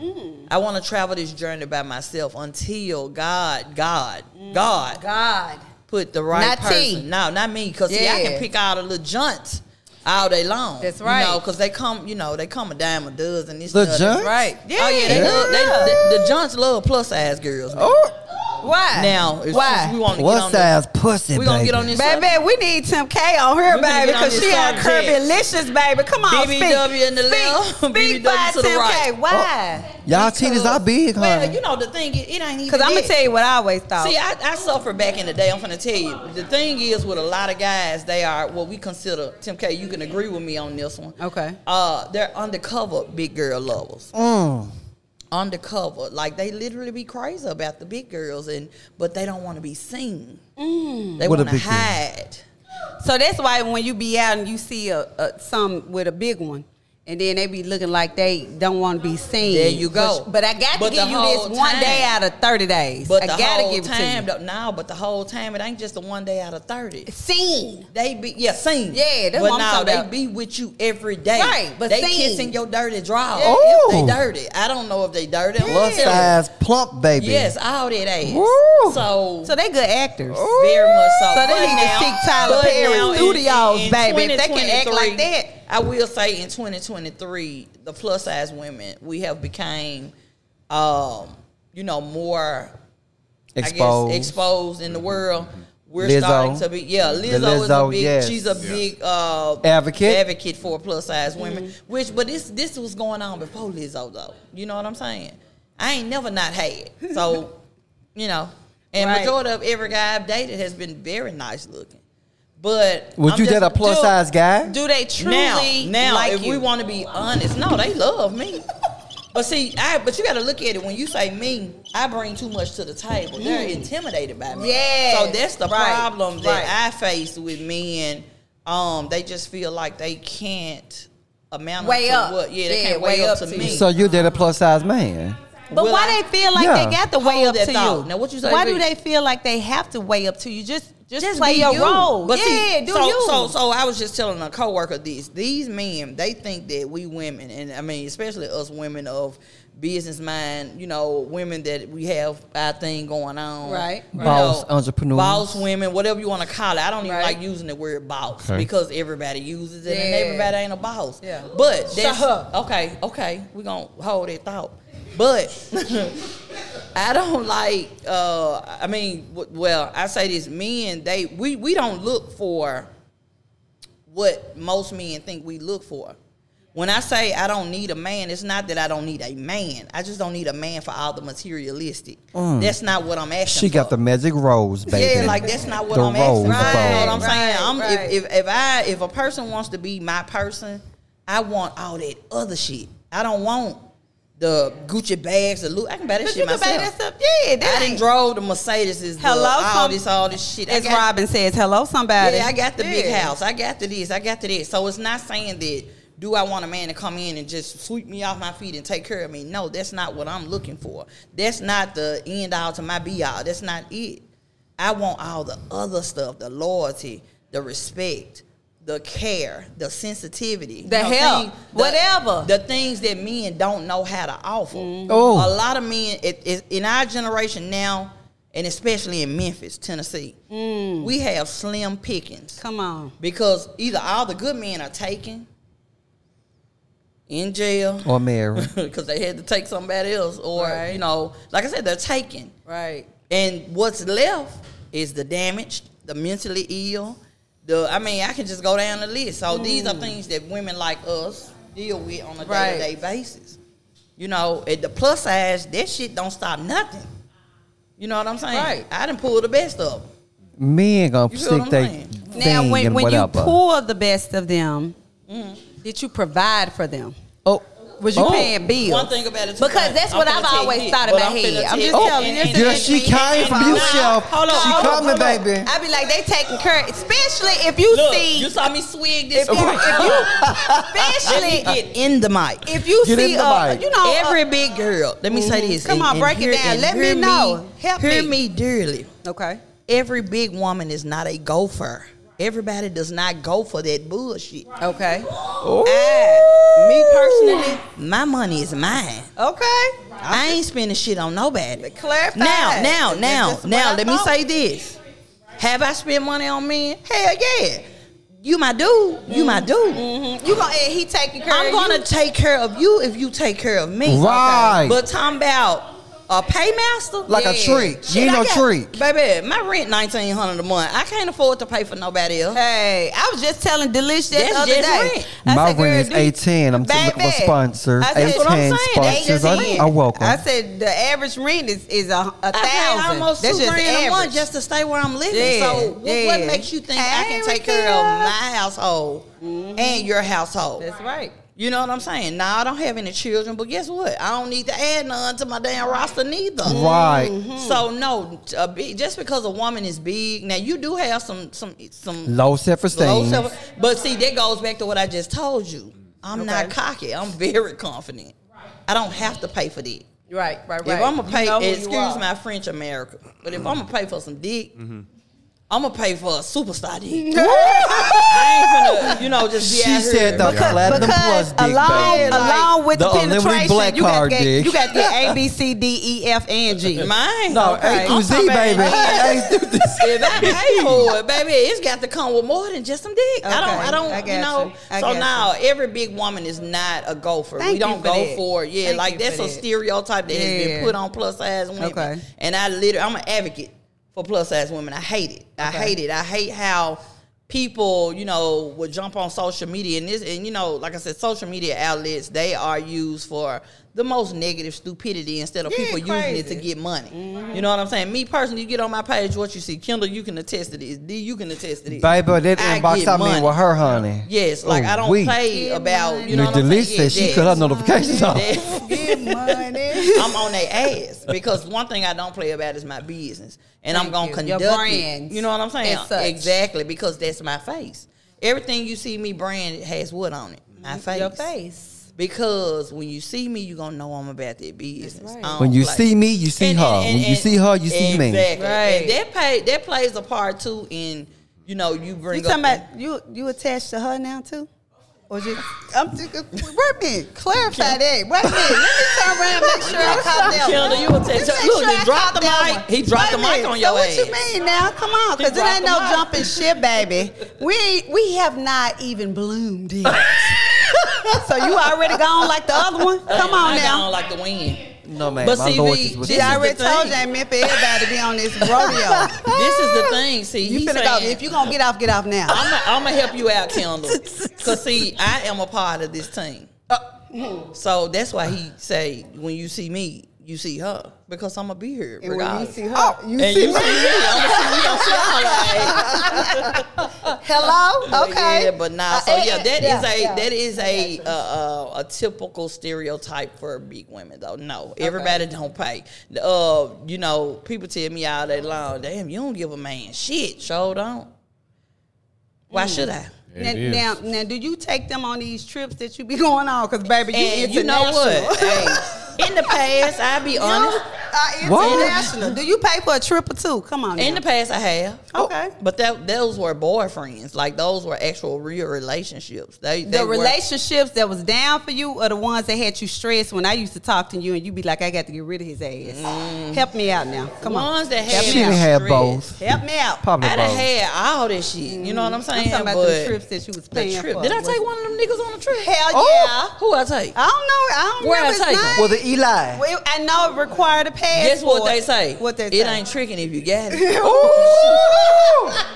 S8: Mm.
S7: I want to travel this journey by myself until God, God, God,
S8: Mm. God.
S7: put the right
S8: Not
S7: person.
S8: T.
S7: No, not me. Because see, I
S8: Yeah.
S7: can pick out a little junts all day long.
S8: That's
S7: You know,
S8: right.
S7: because they come, you know, they come a dime a dozen. This
S10: The
S7: and that.
S10: junts?
S8: Right.
S7: Oh yeah, they
S10: Yeah. Oh,
S7: love, they, the, the junts love plus size girls. man.
S8: Why?
S7: Now, as soon as
S8: why?
S7: we want to get
S10: What
S7: on
S10: size
S7: this,
S10: pussy?
S7: We gonna
S10: baby?
S7: get on this
S8: Baby, we need Tim K on here,
S7: We finna
S8: baby,
S7: get on
S8: because
S7: this
S8: she on
S7: subject.
S8: Curvylicious, baby. Come on, speak.
S7: BBW in the left,
S8: speak, speak
S7: BBW
S8: by
S7: to the
S8: Tim
S7: right.
S8: K. Why?
S10: Y'all titties are big, huh?
S7: Well, you know the thing, it, it ain't even.
S8: Because I'm
S7: it.
S8: gonna tell you what I always thought.
S7: See, I, I suffer back in the day. I'm gonna tell you. The thing is, with a lot of guys, they are what we consider. Tim K, you can agree with me on this one.
S8: Okay.
S7: Uh, they're undercover big girl lovers.
S10: Mm.
S7: Undercover, like they literally be crazy about the big girls, and but they don't want to be seen. They
S10: What a
S7: want to
S10: big girl.
S7: hide.
S8: so that's why when you be out and you see a, a some with a big one. And then they be looking like they don't want to be seen.
S7: There you go.
S8: But, but I got
S7: But
S8: to
S7: the
S8: give you
S7: whole
S8: this one
S7: time-
S8: day out of 30 days.
S7: But
S8: I
S7: the
S8: got to
S7: whole
S8: give it to you.
S7: time, though- no. But the whole time, it ain't just the one day out of thirty.
S8: Seen.
S7: They be yeah seen
S8: Yeah, that's
S7: but
S8: what I'm
S7: now
S8: talking
S7: they
S8: about.
S7: be with you every day.
S8: Right, but
S7: they
S8: seen.
S7: kissing your dirty draw.
S10: Yeah.
S7: If
S10: Ooh.
S7: they dirty, I don't know if they dirty. I'm
S10: Plus
S7: telling you.
S10: size plump baby.
S7: Yes, all that ass.
S10: Woo.
S7: So,
S8: So they good actors.
S7: very much so.
S8: So
S7: But
S8: they need
S7: now-
S8: to seek Tyler
S7: but
S8: Perry
S7: now in-
S8: Studios,
S7: in- in
S8: baby. If they can act
S7: 2023,
S8: like that.
S7: I will say in 2023, the plus size women we have became, um, you know, more I
S10: Exposed.
S7: guess, exposed in the world. We're
S10: Lizzo.
S7: starting to be yeah. Lizzo, is a
S10: Lizzo,
S7: big.
S10: yes.
S7: She's a big uh,
S10: Advocate.
S7: advocate for plus size women. Which, but this this was going on before Lizzo though. You know what I'm saying? I ain't never not had. So, you know, and
S8: Right.
S7: majority of every guy I've dated has been very nice looking. But
S10: Would
S7: I'm
S10: you
S7: just-
S10: date a plus
S7: do-
S10: size guy?
S8: Do they
S7: now,
S8: truly
S7: now,
S8: like
S7: if
S8: you?
S7: we want to be honest, no, they love me. But see, I but you got to look at it when you say me, I bring too much to the table. They're intimidated by me.
S8: Mm. Yes.
S7: So that's the
S8: Right.
S7: problem that
S8: Right.
S7: I face with men. Um, they just feel like they can't amount
S8: Way
S7: to
S8: up.
S7: what. Yeah, they
S8: Yeah,
S7: can't weigh
S8: way
S7: up
S8: up
S7: to
S8: to
S7: me.
S8: you.
S10: So you did a plus size man.
S8: But
S7: Will
S8: why
S7: I-
S8: they feel like
S10: Yeah.
S8: they got to weigh up
S7: that
S8: to
S7: thought.
S8: you?
S7: Now, what you say,
S8: Why
S7: Ree?
S8: do they feel like they have to weigh up to you? Just just,
S7: Just
S8: play
S7: be
S8: your
S7: you.
S8: role.
S7: But
S8: yeah,
S7: see,
S8: do
S7: so,
S8: you?
S7: So, so I was just telling a coworker this. These men, they think that we women, and I mean, especially us women of business mind, you know, women that we have our thing going on,
S8: Right,
S7: you
S10: Boss, entrepreneurs.
S7: boss women, whatever you want to call it. I don't even
S8: Right.
S7: like using the word boss
S1: Okay.
S7: because everybody uses it, and
S8: Yeah.
S7: everybody ain't a boss.
S8: Yeah.
S7: but that's
S8: up.
S7: okay. Okay, we gonna hold that thought, but. I don't like. Uh, I mean, w- well, I say this: men, they we we don't look for what most men think we look for. When I say I don't need a man, it's not that I don't need a man. I just don't need a man for all the materialistic. That's not what I'm asking.
S10: Mm. She got
S7: for.
S10: the magic rose, baby.
S7: Yeah, like that's not what
S10: The
S7: I'm
S10: rose
S7: asking. Right,
S10: bowl.
S7: you know what I'm saying?
S8: Right,
S7: I'm,
S8: right.
S7: if, if if I if a person wants to be my person, I want all that other shit. I don't want the Gucci bags, the loot. I can buy that
S8: But
S7: shit
S8: you can
S7: myself.
S8: buy that stuff. Yeah,
S7: I
S8: that
S7: didn't
S8: ain't-
S7: drove the Mercedes.
S8: Hello,
S7: the, all
S8: some-
S7: this, all this shit. I
S8: As
S7: got-
S8: Robin says, hello somebody.
S7: yeah, I got the big
S8: Yeah.
S7: house. I got to this. I got to this. So it's not saying that do I want a man to come in and just sweep me off my feet and take care of me? No, that's not what I'm looking for. That's not the end all to my be all. That's not it. I want all the other stuff: the loyalty, the respect, the care, the sensitivity,
S8: The help, whatever. Mm-hmm.
S7: the things that men don't know how to offer.
S10: Oh.
S7: A lot of men it, it, in our generation now, and especially in Memphis, Tennessee, we have slim pickings
S8: Come on.
S7: because either all the good men are taken in jail
S10: Or Mary.
S7: because they had to take somebody else, or
S8: Right.
S7: you know, like I said, they're taken.
S8: Right.
S7: And what's left is the damaged, the mentally ill. The I mean, I can just go down the list. So these are things that women like us deal with on a
S8: Right.
S7: day to day basis. You know, at the plus size, that shit don't stop nothing. You know what I'm saying?
S8: Right.
S7: I done pull the best of 'em.
S10: Men gonna
S7: You feel what
S10: stick
S7: I'm
S10: they
S7: saying?
S10: thing
S8: Now when,
S10: and
S8: when you
S10: whatever.
S8: pull the best of them, did you provide for them?
S10: oh,
S8: Was you
S10: oh.
S8: paying bills?
S7: One thing about it, too,
S8: Because that's
S7: I'm
S8: what
S7: finna
S8: I've
S7: tell you
S8: always
S7: this,
S8: thought in
S7: but
S8: my
S7: I'm finna
S8: head. I'm
S7: tell
S8: just
S7: you-
S8: telling
S7: and-
S8: you.
S7: and-
S10: Oh. Girl, she came from you, Chef.
S7: Hold on,
S10: She
S7: hold on,
S10: coming,
S7: hold on.
S10: baby.
S8: I be like, they taking care, especially if you
S7: Look,
S8: see,
S7: you saw me swig
S8: if
S7: this
S8: you,
S7: morning.
S8: if you- especially
S7: Let me get in the mic.
S8: if you
S10: Get in
S8: see,
S10: the
S8: uh,
S10: mic.
S8: you know, uh,
S7: Every big girl, let me say
S8: Mhm.
S7: this.
S8: Come on, break it down.
S7: and
S8: Let me
S7: hear
S8: know. Help
S7: hear
S8: me.
S7: me dearly.
S8: okay,
S7: Every big woman is not a gopher. Everybody does not go for that bullshit.
S8: okay,
S7: I Me personally, my money is mine.
S8: Okay.
S7: I ain't spending shit on nobody.
S8: Clarify.
S7: Now, now,
S8: That's
S7: now,
S8: just what
S7: now,
S8: I
S7: let me
S8: thought.
S7: say this. Have I spent money on men? Hell yeah. You my dude. You my dude.
S8: Mm-hmm. You gonna and he taking care
S7: I'm
S8: of you.
S7: gonna take care of you if you take care of me.
S10: Right.
S7: But talking about a paymaster,
S10: Like a treat. You ain't
S7: I
S10: no
S7: got-
S10: treat.
S7: baby. My rent nineteen hundred a month. I can't afford to pay for nobody else.
S8: Hey, I was just telling Delish that
S7: That's
S8: the other
S7: just
S8: day.
S7: rent.
S8: I
S10: My
S8: said, girl,
S10: rent is
S8: do you-
S10: 18. I'm t- looking for
S8: Baby.
S10: sponsors.
S8: I said,
S10: 18
S8: They just
S10: sponsors
S8: in.
S10: are- are welcome.
S8: I said the average rent is is a, a
S7: I pay
S8: thousand.
S7: almost
S8: That's
S7: two
S8: just
S7: grand a month
S8: average.
S7: just to stay where I'm living.
S8: Yeah,
S7: so what, what
S8: yeah.
S7: makes you think I
S8: Hey,
S7: can take care of
S8: Raquel.
S7: my household and your household?
S8: That's right.
S7: Mm-hmm. You know what I'm saying? Now I don't have any children, but guess what? I don't need to add none to my damn roster neither.
S10: Right.
S7: So no, a big, just because a woman is big, now you do have some some some
S10: Low self
S7: low
S10: esteem.
S7: self- But see, that goes back to what I just told you. I'm not cocky. I'm very confident. I don't have to pay for that.
S8: Right, right, right.
S7: If I'm gonna
S8: You
S7: pay,
S8: know who you
S7: excuse
S8: are. Mm-hmm.
S7: my French America, but if I'm gonna pay for some dick, I'm gonna pay for a superstar dick. I ain't finna, you know, just be
S10: She
S7: out
S10: said
S7: here.
S10: the platinum plus
S8: Because
S10: dick.
S8: along,
S10: baby.
S8: along with the,
S10: The unlimited
S8: penetration,
S10: black
S8: you got
S10: card
S8: to get
S10: dick.
S8: you got to get A B C D E F and G.
S7: Mine,
S10: No,
S7: okay.
S10: A through
S7: I'm
S10: Z,
S7: talking about-
S10: baby. A through Z.
S7: If I pay for it, baby, it's got to come with more than just some dick. I don't, I
S8: Okay,
S7: don't,
S8: I
S7: you
S8: got
S7: know.
S8: you. I
S7: so
S8: got
S7: now every big woman is not a gopher.
S8: Thank
S7: we
S8: you
S7: don't
S8: for
S7: go
S8: that.
S7: for it. Yeah,
S8: Thank
S7: like
S8: you
S7: that's
S8: for
S7: a
S8: that.
S7: stereotype that has been
S8: Yeah.
S7: put on plus size women.
S8: Okay.
S7: And I literally, I'm an advocate for plus size women. I hate it. I hate it. I hate how people, you know, would jump on social media and this, and you know, like I said, social media outlets they are used for the most negative stupidity instead of
S8: Yeah,
S7: people using it
S8: crazy.
S7: to
S8: Mm-hmm.
S7: get get money. You know what I'm saying? Me personally, you get on my page, what you see, Kendall, you can attest to this. D, you can attest to this.
S10: Baby, that
S7: I
S10: inbox
S7: get
S10: I
S7: money.
S10: mean with her, Oh, honey.
S7: Yes, like I don't
S10: Ooh-wee.
S7: play about you know.
S10: Miss
S7: What I'm
S10: Delise
S7: saying?
S10: said she
S7: Yeah,
S10: cut her
S7: yes.
S10: notifications off.
S7: Yes.
S8: Get money.
S7: I'm on their ass because one thing I don't play about is my business, and I'm
S8: Thank
S7: gonna
S8: you. Your
S7: conduct
S8: brands
S7: it. You know what I'm saying?
S8: as such.
S7: Exactly because that's my face. Everything you see me brand has what on it? My face.
S8: Mm-hmm. Your face.
S7: Because when you see me, you gonna know I'm about that business.
S8: right.
S7: I don't
S10: When you
S7: play.
S10: see me, you see
S7: And-
S10: her.
S7: and- and-
S10: when you
S7: and-
S10: see her, you see me.
S7: Exactly.
S8: Right.
S7: And that play that plays a part too in you know you bring
S8: You talking
S7: up
S8: about you you attached to her now too? Or just I'm just wait a minute, clarify that. Wait a minute, let me turn around, and make sure I caught that.
S7: Kendall,
S8: one.
S7: you attached-
S8: Let's make
S7: look, he
S8: I
S7: dropped
S8: caught
S7: the
S8: that
S7: mic.
S8: one.
S7: He dropped
S8: Wait a
S7: the mic
S8: minute.
S7: on your
S8: so What
S7: ass.
S8: you mean now? Come on,
S7: He
S8: because it
S7: dropped
S8: ain't
S7: the
S8: no
S7: mic.
S8: jumping shit, baby. We we have not even bloomed yet. so you already gone like the other one? Come on
S7: I
S8: now.
S7: don't like the win.
S10: No, man.
S7: But
S10: my
S7: see,
S10: lord
S7: we-
S10: is with
S7: this
S8: She
S10: you.
S7: is the
S8: already told
S7: thing.
S8: you ain't meant for everybody to be on this rodeo.
S7: This is the thing. See,
S8: you
S7: he's
S8: finna go.
S7: saying-
S8: If you gonna get off, get off now.
S7: I'm gonna I'm gonna help you out, Kendall. Cause see, I am a part of this team.
S8: Uh,
S7: So that's why he say, when you see me, you see her because I'm gonna be here
S8: And when you
S7: regardless.
S8: see her, you
S7: And
S8: see
S7: you
S8: me.
S7: see me, I'm gonna see you on Saturday.
S8: Hello. Okay.
S7: Oh. Yeah, but nah.
S8: Uh,
S7: So
S8: eh,
S7: yeah,
S8: eh,
S7: that is
S8: yeah,
S7: a
S8: yeah.
S7: that is a uh, uh, a typical stereotype for big women though. No, everybody don't pay. Uh, you know, people tell me all day long, damn, you don't give a man shit. Sure don't. Why
S8: Mm.
S7: should I?
S8: Now, now, now, do you take them on these trips that you be going on? Because baby, you
S7: And you know
S8: international.
S7: what? Hey, in the past, I'll be honest.
S8: Uh,
S10: What?
S8: international. Do you pay for a trip or two? Come on.
S7: In
S8: now.
S7: the past, I have.
S8: Okay.
S7: But that those were boyfriends. Like those were actual real relationships. They, they
S8: the
S7: were-
S8: relationships that was down for you are the ones that had you stressed when I used to talk to you and you be like, I got to get rid of his ass.
S7: Mm.
S8: Help me out now. Come
S7: ones
S8: on.
S7: that had
S8: Help
S10: She
S8: me
S10: done
S8: out.
S10: had
S7: stress.
S10: both.
S8: Help me out.
S10: Probably
S7: I done
S10: both.
S7: had all that shit. You know what I'm
S8: I'm
S7: saying?
S8: talking about
S7: but
S8: the trips that you was
S7: the
S8: paying
S7: trip.
S8: for.
S7: Did I take
S8: Was-
S7: one of them niggas on a trip?
S8: Hell
S7: Oh,
S8: yeah.
S7: Who I take?
S8: I don't know. I don't
S7: Where I
S8: remember
S7: take
S8: his
S7: 'em?
S8: name.
S10: Well, the Eli.
S8: Well, I know it required a passport.
S7: Guess what they say?
S8: What they
S7: it
S8: say?
S7: ain't tricking if you got it. Oh,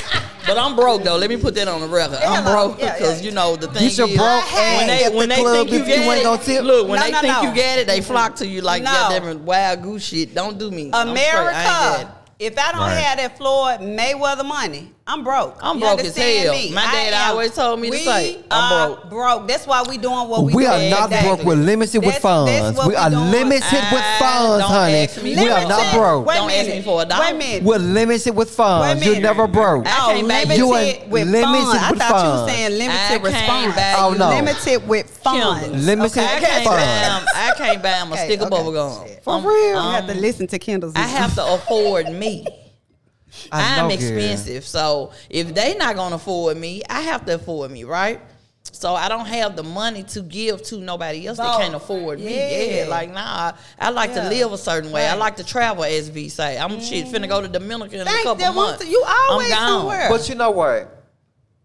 S7: But I'm broke though. Let me put that on the record. I'm
S8: Hello.
S7: broke
S8: Yeah,
S7: because
S8: yeah.
S7: you know the thing
S10: Get your
S7: is
S10: broke
S7: when
S10: ass
S7: they
S10: at
S7: when
S10: the
S7: they
S10: club
S7: think you
S10: if you
S7: got
S10: ain't
S7: it.
S10: gonna tip.
S7: Look, when
S8: No,
S7: they
S8: no,
S7: think
S8: no.
S7: you got it, they flock to you like
S8: No.
S7: yeah, different wild goose shit. Don't do me, I'm straight. I ain't got it.
S8: America. If I don't have that Floyd Mayweather money, I'm broke.
S7: I'm
S8: You
S7: broke as
S8: understand
S7: hell.
S8: me?
S7: My
S8: I
S7: dad
S8: am-
S7: always told me to
S8: we
S7: say, I'm
S8: are
S7: broke.
S8: Broke. That's why we doing what we.
S10: we
S8: doing
S10: are not
S8: today.
S10: broke. We're limited with
S8: That's- that's
S10: funds.
S8: what
S10: We are
S8: doing.
S10: limited with
S7: Ah,
S10: funds,
S7: don't
S10: honey.
S7: ask me
S10: We are
S7: Limited.
S10: not broke.
S8: Wait a
S7: Don't ask
S8: minute.
S7: me for a dollar.
S8: Wait a minute.
S10: We're limited with funds. You're
S8: minute.
S10: never broke.
S7: I
S8: Oh,
S7: can't buy
S8: limited
S10: you a-
S8: with
S10: limited
S8: funds. I
S10: with
S8: thought you
S10: funds.
S8: were saying
S7: I
S8: limited
S7: can't
S8: response.
S7: buy
S10: Oh, you no.
S8: Limited with funds.
S10: Limited
S7: I
S10: with
S7: can't buy
S10: funds.
S7: him. I can't buy him a
S8: Okay,
S7: stick of
S8: okay.
S7: bubble gum.
S8: For
S7: I'm-
S8: real,
S7: I'm-
S8: you have to listen to Kendall's.
S7: I have to afford me.
S10: I know,
S7: I'm
S10: girl.
S7: expensive. So if they not gonna afford me, I have to afford me, right? So I don't have the money to give to nobody else
S8: Vote.
S7: that can't afford me. Yeah,
S8: Yeah.
S7: like nah, I like
S8: Yeah.
S7: to live a certain way. I
S8: Right.
S7: like to travel, as V say. I'm shit finna go to Dominican in a
S8: Thank
S7: couple
S8: them.
S7: months.
S8: You always
S7: I'm gone.
S8: somewhere.
S10: But you know what?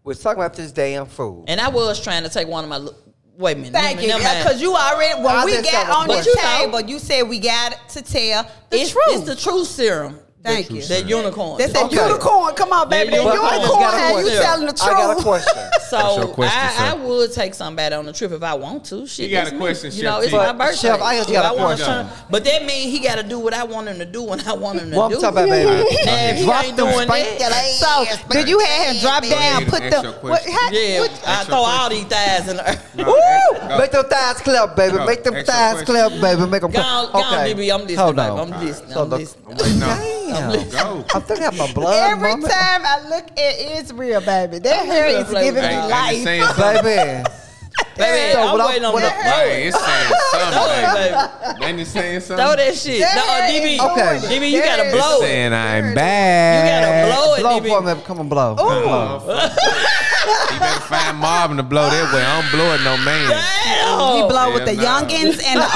S10: We're talking about this damn food.
S7: And I was trying to take one of my. li- Wait a minute.
S8: Thank
S7: never-
S8: you,
S7: never mind.
S8: because you already when
S10: I
S8: we
S10: just
S8: got
S10: said
S8: on
S7: what
S8: the
S7: you thought.
S8: table, you said we got to tell the
S7: it's,
S8: truth.
S7: It's the truth serum.
S8: Thank you.
S7: That unicorn.
S8: That's that
S10: Okay.
S8: unicorn. Come on, baby.
S7: Yeah,
S8: That
S7: unicorn. I just
S8: unicorn.
S7: got a
S8: How you
S7: question.
S8: telling the truth?
S10: I got a question.
S9: That's your
S7: So
S9: question,
S7: I, I
S9: sir.
S7: would take somebody on the trip if I want to. Shit,
S1: You got
S7: that's
S1: a
S7: me.
S1: question,
S7: You
S1: Chef
S7: know, it's
S1: T.
S7: my birthday.
S10: Chef, I just
S7: If
S10: got a
S7: want
S10: question.
S7: to- But that means he got to do what I want him to do when I want him to
S10: What
S7: do.
S10: I'm talking about, baby.
S7: Now, if he
S10: Drop
S7: ain't
S10: them
S7: doing
S10: spank
S7: that,
S8: So, did you have him drop down,
S1: ahead
S8: put
S1: and ask
S8: the
S1: your
S8: what,
S1: question.
S8: how,
S7: yeah,
S8: what,
S7: I throw all these thighs in the earth.
S1: No, ask-
S10: Woo!
S1: no.
S10: Make them thighs clap, baby.
S1: No,
S10: Make them
S1: extra
S10: thighs clap,
S1: question.
S10: baby. Make them
S7: Go
S10: clap.
S7: on, go on, DB. I'm listening.
S10: Hold
S7: baby.
S10: on.
S7: I'm listening.
S10: So
S7: I'm
S10: the-
S7: listening.
S1: Wait, no.
S10: Damn.
S1: Go.
S10: I'm thinking about my blood,
S8: every
S10: mama.
S8: time I look at Israel, baby,
S7: Oh
S8: that hair is
S7: play
S8: giving
S7: with
S8: me
S1: Hey,
S7: that.
S8: life.
S1: saying something.
S10: Baby.
S7: Baby,
S10: So
S7: I'm
S10: what I-
S7: waiting on
S10: what
S7: the
S10: I-
S1: Hey, it's saying
S7: Throw it,
S1: something.
S7: baby.
S1: Ain't it saying something?
S7: Throw that shit. No,
S8: That
S7: DB.
S8: is
S10: Okay.
S8: doing it.
S7: DB, you
S8: That
S7: gotta
S8: is-
S7: blow it.
S9: saying I'm
S7: You gotta
S9: bad.
S7: blow it,
S10: Blow
S7: DB.
S10: for me. Come on, blow.
S1: Oh, fuck. you better find Marvin to blow that way. I don't blow it no man.
S7: Damn.
S8: He blow with
S1: Hell
S8: the
S1: no.
S8: youngins and the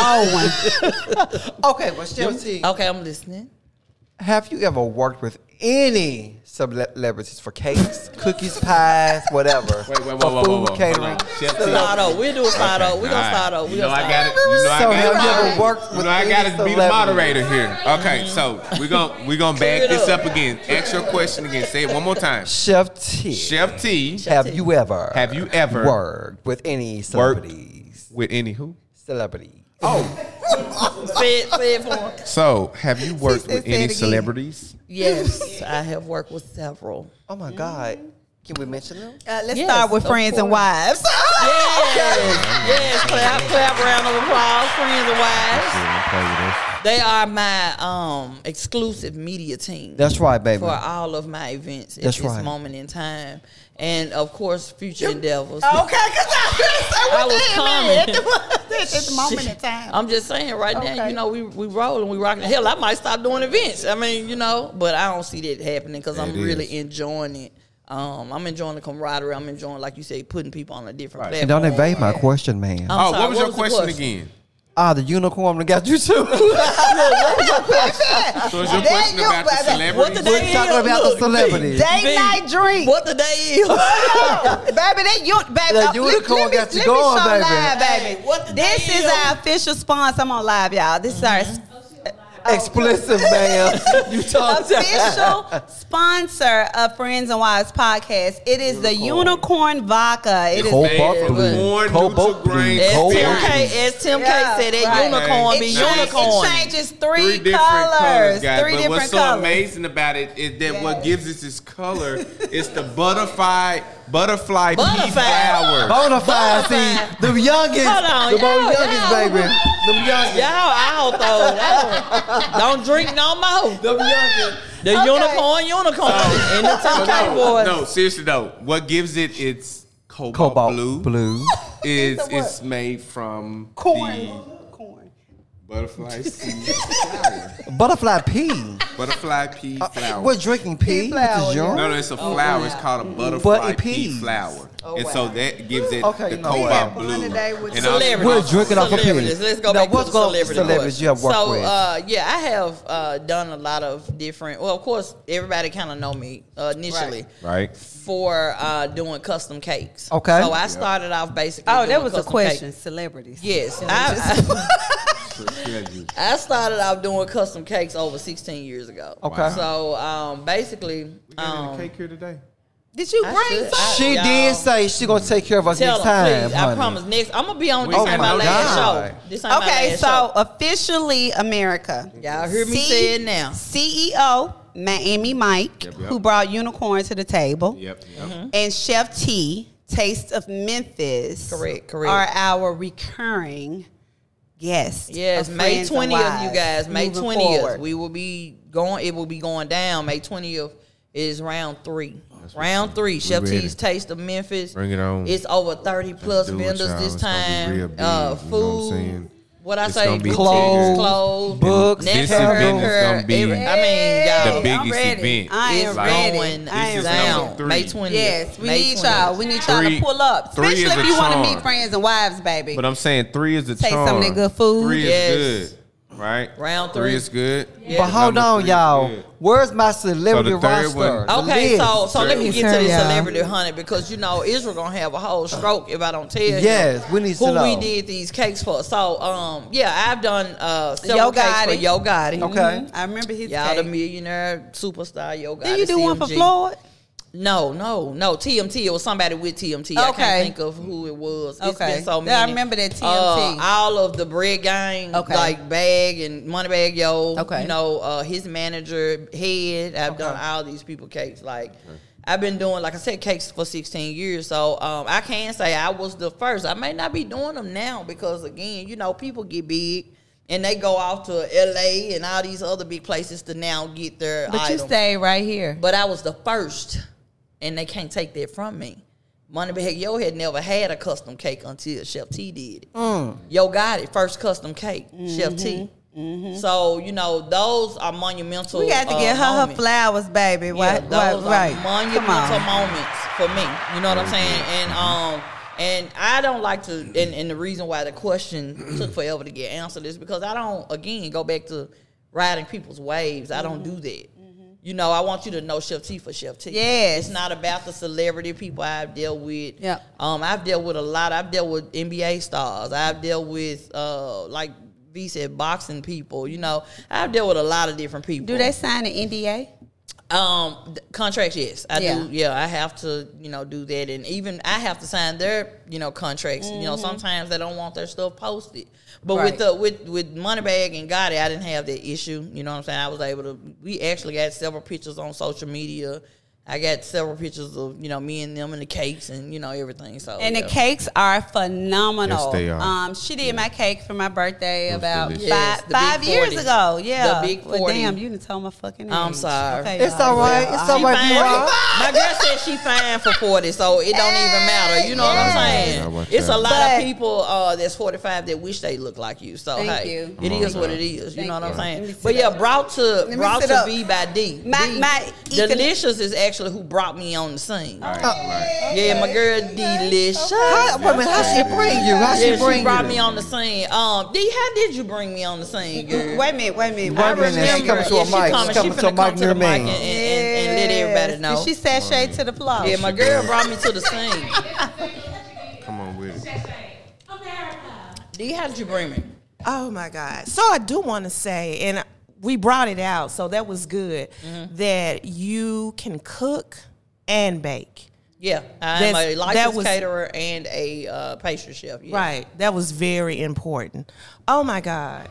S8: old ones.
S10: Okay, well, Chelsea,
S7: Okay, I'm listening.
S10: Oh. have you ever worked with any celebrities for cakes, cookies, pies, whatever?
S1: Wait, wait, wait,
S10: For
S1: whoa, whoa,
S10: food
S1: whoa, whoa.
S10: catering.
S1: Hold on. Chef T.
S7: Start over. We'll do a start over. We're
S1: All
S7: gonna
S1: right.
S7: start over. We're
S1: You know
S7: gonna
S1: I
S7: start
S1: got it. You
S7: over.
S1: know
S10: So
S1: I
S10: have
S1: got
S10: you
S1: it.
S10: ever worked
S1: You
S10: with
S1: know I
S10: any
S1: got to be the
S10: celebrity?
S1: moderator here. Okay, so we're gonna we're gonna back
S7: Clear it
S1: this
S7: up.
S1: up again. Ask your question again. Say it one more time.
S10: Chef T.
S1: Chef T,
S10: have you ever
S1: have you ever
S10: worked Oh, with any celebrities?
S1: with any who?
S10: Celebrity.
S7: Say it, say it for him.
S1: So have you worked
S8: said
S1: with
S8: say it
S1: any
S8: again.
S1: celebrities?
S7: Yes, I have worked with several.
S10: Oh my God. Can we mention them?
S8: Uh, let's
S7: Yes,
S8: start with
S7: of
S8: friends and wives.
S7: Yes, yes. Clap, clap. Round of applause, friends and wives. They are my um exclusive media team.
S10: That's right, baby.
S7: For all of my events at
S10: That's
S7: this
S10: right.
S7: moment in time, and of course, future endeavors.
S8: Okay, because I was gonna say
S7: Oh, I
S8: what
S7: was
S8: the hell,
S7: coming.
S8: man? This is the moment in time.
S7: I'm just saying, right now,
S8: Okay.
S7: you know, we we rolling, we rocking. Hell, I might stop doing events. I mean, you know, but I don't see that happening because I'm
S9: It is.
S7: really enjoying it. Um, I'm enjoying the camaraderie. I'm enjoying, like you say, putting people on a different
S1: Right.
S7: platform.
S10: And don't evade my question, man.
S7: I'm
S1: Oh,
S7: sorry,
S1: what was your
S7: the
S1: question again?
S10: Ah, the unicorn that got you too.
S1: So is your
S8: There
S1: question
S8: you
S1: about the
S8: go, baby.
S7: What
S1: celebrities?
S7: the day
S10: We're talking
S7: is?
S10: about the
S7: Look,
S10: celebrities.
S8: Day
S7: Big.
S8: night drink.
S7: What the day is?
S8: baby, that you, baby.
S10: The
S8: uh, let-
S10: unicorn
S8: let me-
S10: got you
S8: let me
S10: going,
S8: show
S10: baby.
S8: Live, baby.
S7: Hey, what the
S8: this is
S7: deal?
S8: our official sponsor. I'm on live, y'all. This is our
S10: Explicit, man. You talk
S8: official sponsor of Friends and Wives podcast. It is the Unicorn Vodka. It is
S10: Cobalt
S1: Made from
S10: blue.
S1: corn,
S10: Cobalt
S1: Nutri-Grain,
S10: blue.
S1: As
S10: Cobalt
S1: Tim
S10: blue.
S1: K-
S7: As Tim
S8: Yeah,
S7: K said, that
S8: right.
S7: unicorn
S8: It
S7: be
S8: change-
S7: unicorn.
S8: It changes three,
S1: Three different
S8: colors.
S1: colors, guys.
S8: Three
S1: but
S8: different
S1: what's so
S8: colors.
S1: amazing about it is that what
S8: Yes.
S1: gives us its color is the butterfly butterfly pea
S7: Butterfly.
S1: flower.
S10: Bonafide,
S7: Bonafide.
S10: see, them youngest,
S7: Hold on,
S10: the
S7: y'all-
S10: most youngest,
S7: y'all-
S10: baby, them
S7: Y'all
S10: youngest,
S7: out though. Don't drink no more.
S10: them youngest.
S7: The unicorn, unicorn, and the Tim K boys.
S1: No, seriously though, what gives it its cobalt,
S10: Cobalt
S1: blue,
S10: blue,
S1: is it's made from
S8: Corn.
S1: the
S8: Corn.
S1: butterfly seed flower,
S10: butterfly pea.
S1: butterfly pea
S10: Uh,
S1: flour.
S10: We're drinking pea.
S8: Pea flower,
S10: This is young.
S1: no, no, it's a flower. It's called a butterfly
S10: Button
S1: pea
S10: peas.
S1: flower, and so that gives it the
S10: Okay, you know
S1: cobalt
S10: what?
S1: blue.
S8: Fun today with
S1: And also-
S7: Celebrities.
S10: We're drinking off a pig.
S7: celebrities. Let's go
S10: Now,
S7: back
S10: what's
S7: to
S10: going-
S7: the celebrity
S10: celebrities
S7: part.
S10: you have worked
S7: so,
S10: with?
S7: uh, yeah, I have uh, done a lot of different. Well, of course, everybody kind of know me uh, initially
S9: Right.
S7: for uh, doing custom cakes.
S10: Okay.
S7: So I started off basically.
S8: Oh,
S7: doing
S8: that was a
S7: custom
S8: question.
S7: cakes.
S8: Celebrities.
S7: Yes, I, I, I started off doing custom cakes over 16 years ago.
S10: Okay.
S7: So um, basically,
S1: Getting the
S7: um,
S1: cake here today.
S8: Did you
S7: I
S8: bring
S7: should-
S8: some?
S7: I-
S10: She
S7: y'all-
S10: did say she gonna take care of us
S7: Tell
S10: next
S7: them,
S10: time.
S7: please. I
S10: honey. Oh
S7: promise. Next, I'm gonna be on.
S1: We
S7: This ain't
S1: ain't
S7: my
S1: no
S10: God.
S7: last show. This ain't my
S8: Okay,
S7: last
S8: so
S7: show.
S8: officially America. E
S7: Y'all hear me say it now.
S8: CEO E Miami Mike,
S1: Yep, yep.
S8: who brought unicorn to the table,
S1: Yep. yep.
S8: and Chef T, Taste of Memphis.
S7: Correct, correct.
S8: Are our recurring guests.
S7: Yes,
S8: of
S7: May
S8: Friends and
S7: twentieth, you
S8: Wives
S7: guys. May
S8: moving
S7: twentieth,
S8: forward.
S7: we will be going. It will be going down. May twentieth is round three.
S9: Oh,
S7: round three, Chef
S9: ready.
S7: T's Taste of Memphis.
S9: Bring it on.
S7: It's over thirty plus
S9: do it,
S7: vendors
S9: y'all.
S7: this
S9: It's gonna be
S7: time.
S9: real big,
S7: uh,
S9: you know what I'm
S7: food,
S9: saying?
S7: What I
S1: It's
S7: say,
S1: gonna be
S7: boutiques,
S10: Clothes,
S7: clothes,
S10: books,
S7: Network,
S1: This event is gonna be
S7: every- I mean, y'all,
S1: the biggest event.
S8: I am
S7: it's
S8: ready.
S7: going
S8: I am
S1: is
S7: down.
S1: number three.
S7: May twentieth.
S8: Yes, we
S7: May
S8: need y'all. We need y'all
S1: Three-
S8: to pull up,
S1: three
S8: especially
S1: is
S8: if
S1: a
S8: you want to meet
S1: charm.
S8: friends and wives, baby.
S1: But I'm saying three is the
S8: Take some
S1: charm.
S8: of that good food.
S1: Three
S7: Yes.
S1: is good, right?
S7: Round
S1: Three
S7: three.
S1: is good.
S10: But hold
S1: Number
S10: on,
S1: three is
S10: y'all.
S1: good.
S10: Where's my celebrity
S1: So the third
S10: roster?
S7: Oh,
S1: one-
S10: The
S7: Okay,
S10: list.
S7: so so let me
S8: Yes,
S7: get to the
S8: sir, y'all.
S7: celebrity hunting because you know Israel gonna have a whole stroke if I don't tell you.
S10: Yes, we need to
S7: who we
S10: know.
S7: did these cakes for. So um, yeah, I've done uh several
S8: Yo
S7: cakes for
S8: Gotti.
S7: Yo Gotti.
S10: Okay.
S8: I remember his
S7: Y'all the
S8: cake.
S7: millionaire superstar Yo Gotti.
S8: Did you do one for
S7: CMG.
S8: Floyd?
S7: No, no, no. TMT. It was somebody with TMT. I
S8: Okay.
S7: can't think of who it was. It's
S8: Okay.
S7: been so many.
S8: Yeah, I remember that TMT.
S7: Uh, all of the bread gang,
S8: Okay.
S7: like Bag and Moneybag Yo.
S8: Okay.
S7: You know, uh, his manager, Head. I've done all these people cakes. Like, I've been doing, like I said, cakes for 16 years. So um, I can say I was the first. I may not be doing them now because, again, you know, people get big. And they go off to LA and all these other big places to now get their
S8: But you
S7: item.
S8: stay right here.
S7: But I was the first, and they can't take that from me. Moneybag Yo had never had a custom cake until Chef T did it.
S8: Mm.
S7: Yo got it, first custom cake, Chef T. So you know those are monumental.
S8: Mm-hmm. we got to
S7: uh,
S8: get her her
S7: moments.
S8: flowers, baby.
S7: Yeah,
S8: Why- why-
S7: those
S8: right.
S7: are
S8: Come
S7: monumental
S8: on. Mm-hmm.
S7: moments for me. You know what I'm saying? And um, and I don't like to. And, and the reason why the question took forever to get answered is because I don't. Again, go back to riding people's waves. I
S8: Mm-hmm.
S7: don't do that. You know, I want you to know Chef T for Chef T.
S8: Yes.
S7: it's not about the celebrity people I've dealt with.
S8: Yeah.
S7: um, I've dealt with a lot. I've dealt with NBA stars. I've dealt with uh, like V said, boxing people. You know, I've dealt with a lot of different people.
S8: Do they sign an NDA?
S7: Um, th- contracts, yes, I
S8: Yeah.
S7: do. Yeah, I have to, you know, do that, and even I have to sign their, you know, contracts. You know, sometimes they don't want their stuff posted, but
S8: Mm-hmm. Right.
S7: with the with with Moneybag and Gotti, I didn't have that issue. You know what I'm saying? I was able to. We actually got several pictures on social media. I got several pictures of you know me and them and the cakes and you know everything. So
S8: And
S7: yeah.
S8: the cakes are phenomenal.
S1: Yes, they are.
S8: Um, she did my cake for my birthday about
S1: delicious.
S7: Yes,
S8: five,
S7: the
S8: five
S7: Big
S8: years
S7: 40.
S8: ago. Yeah,
S7: The Big
S8: Well,
S7: 40.
S8: damn, you done told my fucking. Age.
S7: I'm sorry.
S10: It's all right. It's all
S7: She
S10: right.
S7: fine.
S10: B-Rock.
S7: My girl said she fine for forty, so it don't even matter. You know what I'm
S1: Yeah,
S7: saying?
S1: watch
S7: It's a
S1: out.
S7: lot
S8: But-
S7: of people uh, that's 45 that wish they look like you. So
S8: Thank
S7: hey,
S8: you.
S7: it is what it is.
S8: Thank
S7: You know what
S8: you.
S7: I'm
S8: Let me
S7: saying?
S8: sit
S7: But yeah,
S8: up.
S7: brought to
S8: me
S7: brought
S8: sit
S7: to
S8: up.
S7: B by D.
S8: My-
S7: D.
S8: my econ-
S7: delicious is actually who brought me on the scene.
S1: Right.
S8: Oh.
S7: Yeah, my girl delicious.
S10: How, wait a minute. How she bring you? How she
S7: Yeah,
S10: bring
S7: she brought
S10: you?
S7: me on the scene. Um, D, how did you bring me on the scene, girl?
S8: Wait a minute. Wait a minute.
S10: I
S8: Wait a
S10: remember-
S8: minute.
S10: She coming to a
S7: Yeah,
S10: mic. She coming
S7: coming. finna
S10: to a mic
S7: come to
S10: near
S7: the
S10: me.
S7: mic and, and, and let everybody
S8: Yes. Did
S7: know.
S8: she sashay to the floor?
S7: Yeah, my girl brought me to the scene.
S1: Come on with it.
S7: D, how did you bring me?
S9: Oh my God. So I do want to say, and we brought it out, so that was good,
S7: Mm-hmm.
S9: that you can cook and bake.
S7: Yeah, I'm
S9: That's-
S7: a
S9: that
S7: licensed
S9: was-
S7: caterer and a uh, pastry chef. yeah.
S9: Right. That was very important. Oh my God.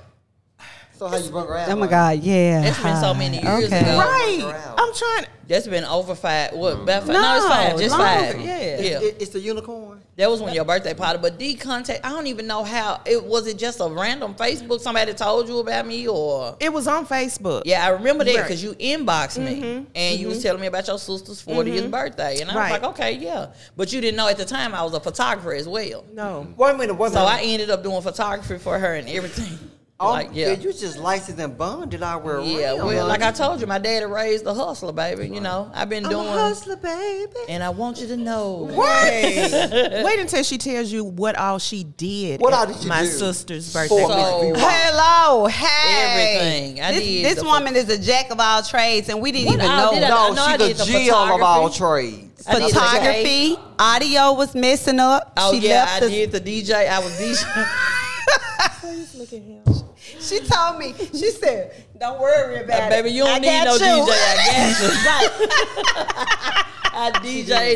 S10: So how you bring her out?
S8: Oh my God. Yeah.
S7: That's been so many years
S8: Okay.
S7: ago.
S9: Right. I'm trying.
S7: That's been over five. What? About five, no, it's five. Just
S8: longer,
S7: five.
S8: yeah.
S7: Yeah.
S10: It- it's the unicorn.
S7: that was when your birthday party. But D contact. I don't even know how. It was it just a random Facebook somebody told you about me or.
S9: It was on Facebook.
S7: Yeah, I remember that because you inboxed me and you was telling me about your sister's 40th birthday. And I
S9: Right.
S7: was like, okay, yeah. But you didn't know at the time I was a photographer as well.
S9: No.
S10: Wait a minute. Wait a
S7: So
S10: minute.
S7: I ended up doing photography for her and everything.
S10: Oh,
S7: like, yeah.
S10: You Oh, just licensed and bonded all wear
S7: Yeah,
S10: around.
S7: well, like I told you, my daddy raised the hustler, baby. You know, I've been
S10: I'm
S7: doing.
S10: a hustler, baby.
S7: And I want you to know.
S9: Wait. Wait until she tells you what all she did.
S10: What
S9: at
S10: all did you
S9: my
S10: do?
S9: sister's birthday.
S10: For
S9: party.
S7: So-
S10: Miss B-Rock.
S8: Hello, hey.
S7: Everything. I
S8: this
S7: did
S8: this
S7: the-
S8: woman is a jack of all trades, and we didn't
S7: What
S8: even
S7: all
S8: know.
S7: did I-
S10: No,
S7: I know I
S10: she
S7: did
S10: the
S7: the
S10: Jill of all
S7: photography.
S10: trades.
S7: I did the
S8: Photography, audio was messing up.
S7: Oh
S8: she
S7: yeah,
S8: left
S7: I
S8: us.
S7: did the DJ. I was DJ.
S8: She told me. She said, "Don't worry about it,
S7: baby, you don't
S8: I
S7: need
S8: got
S7: no
S8: you."
S7: DJ. I got you. I DJ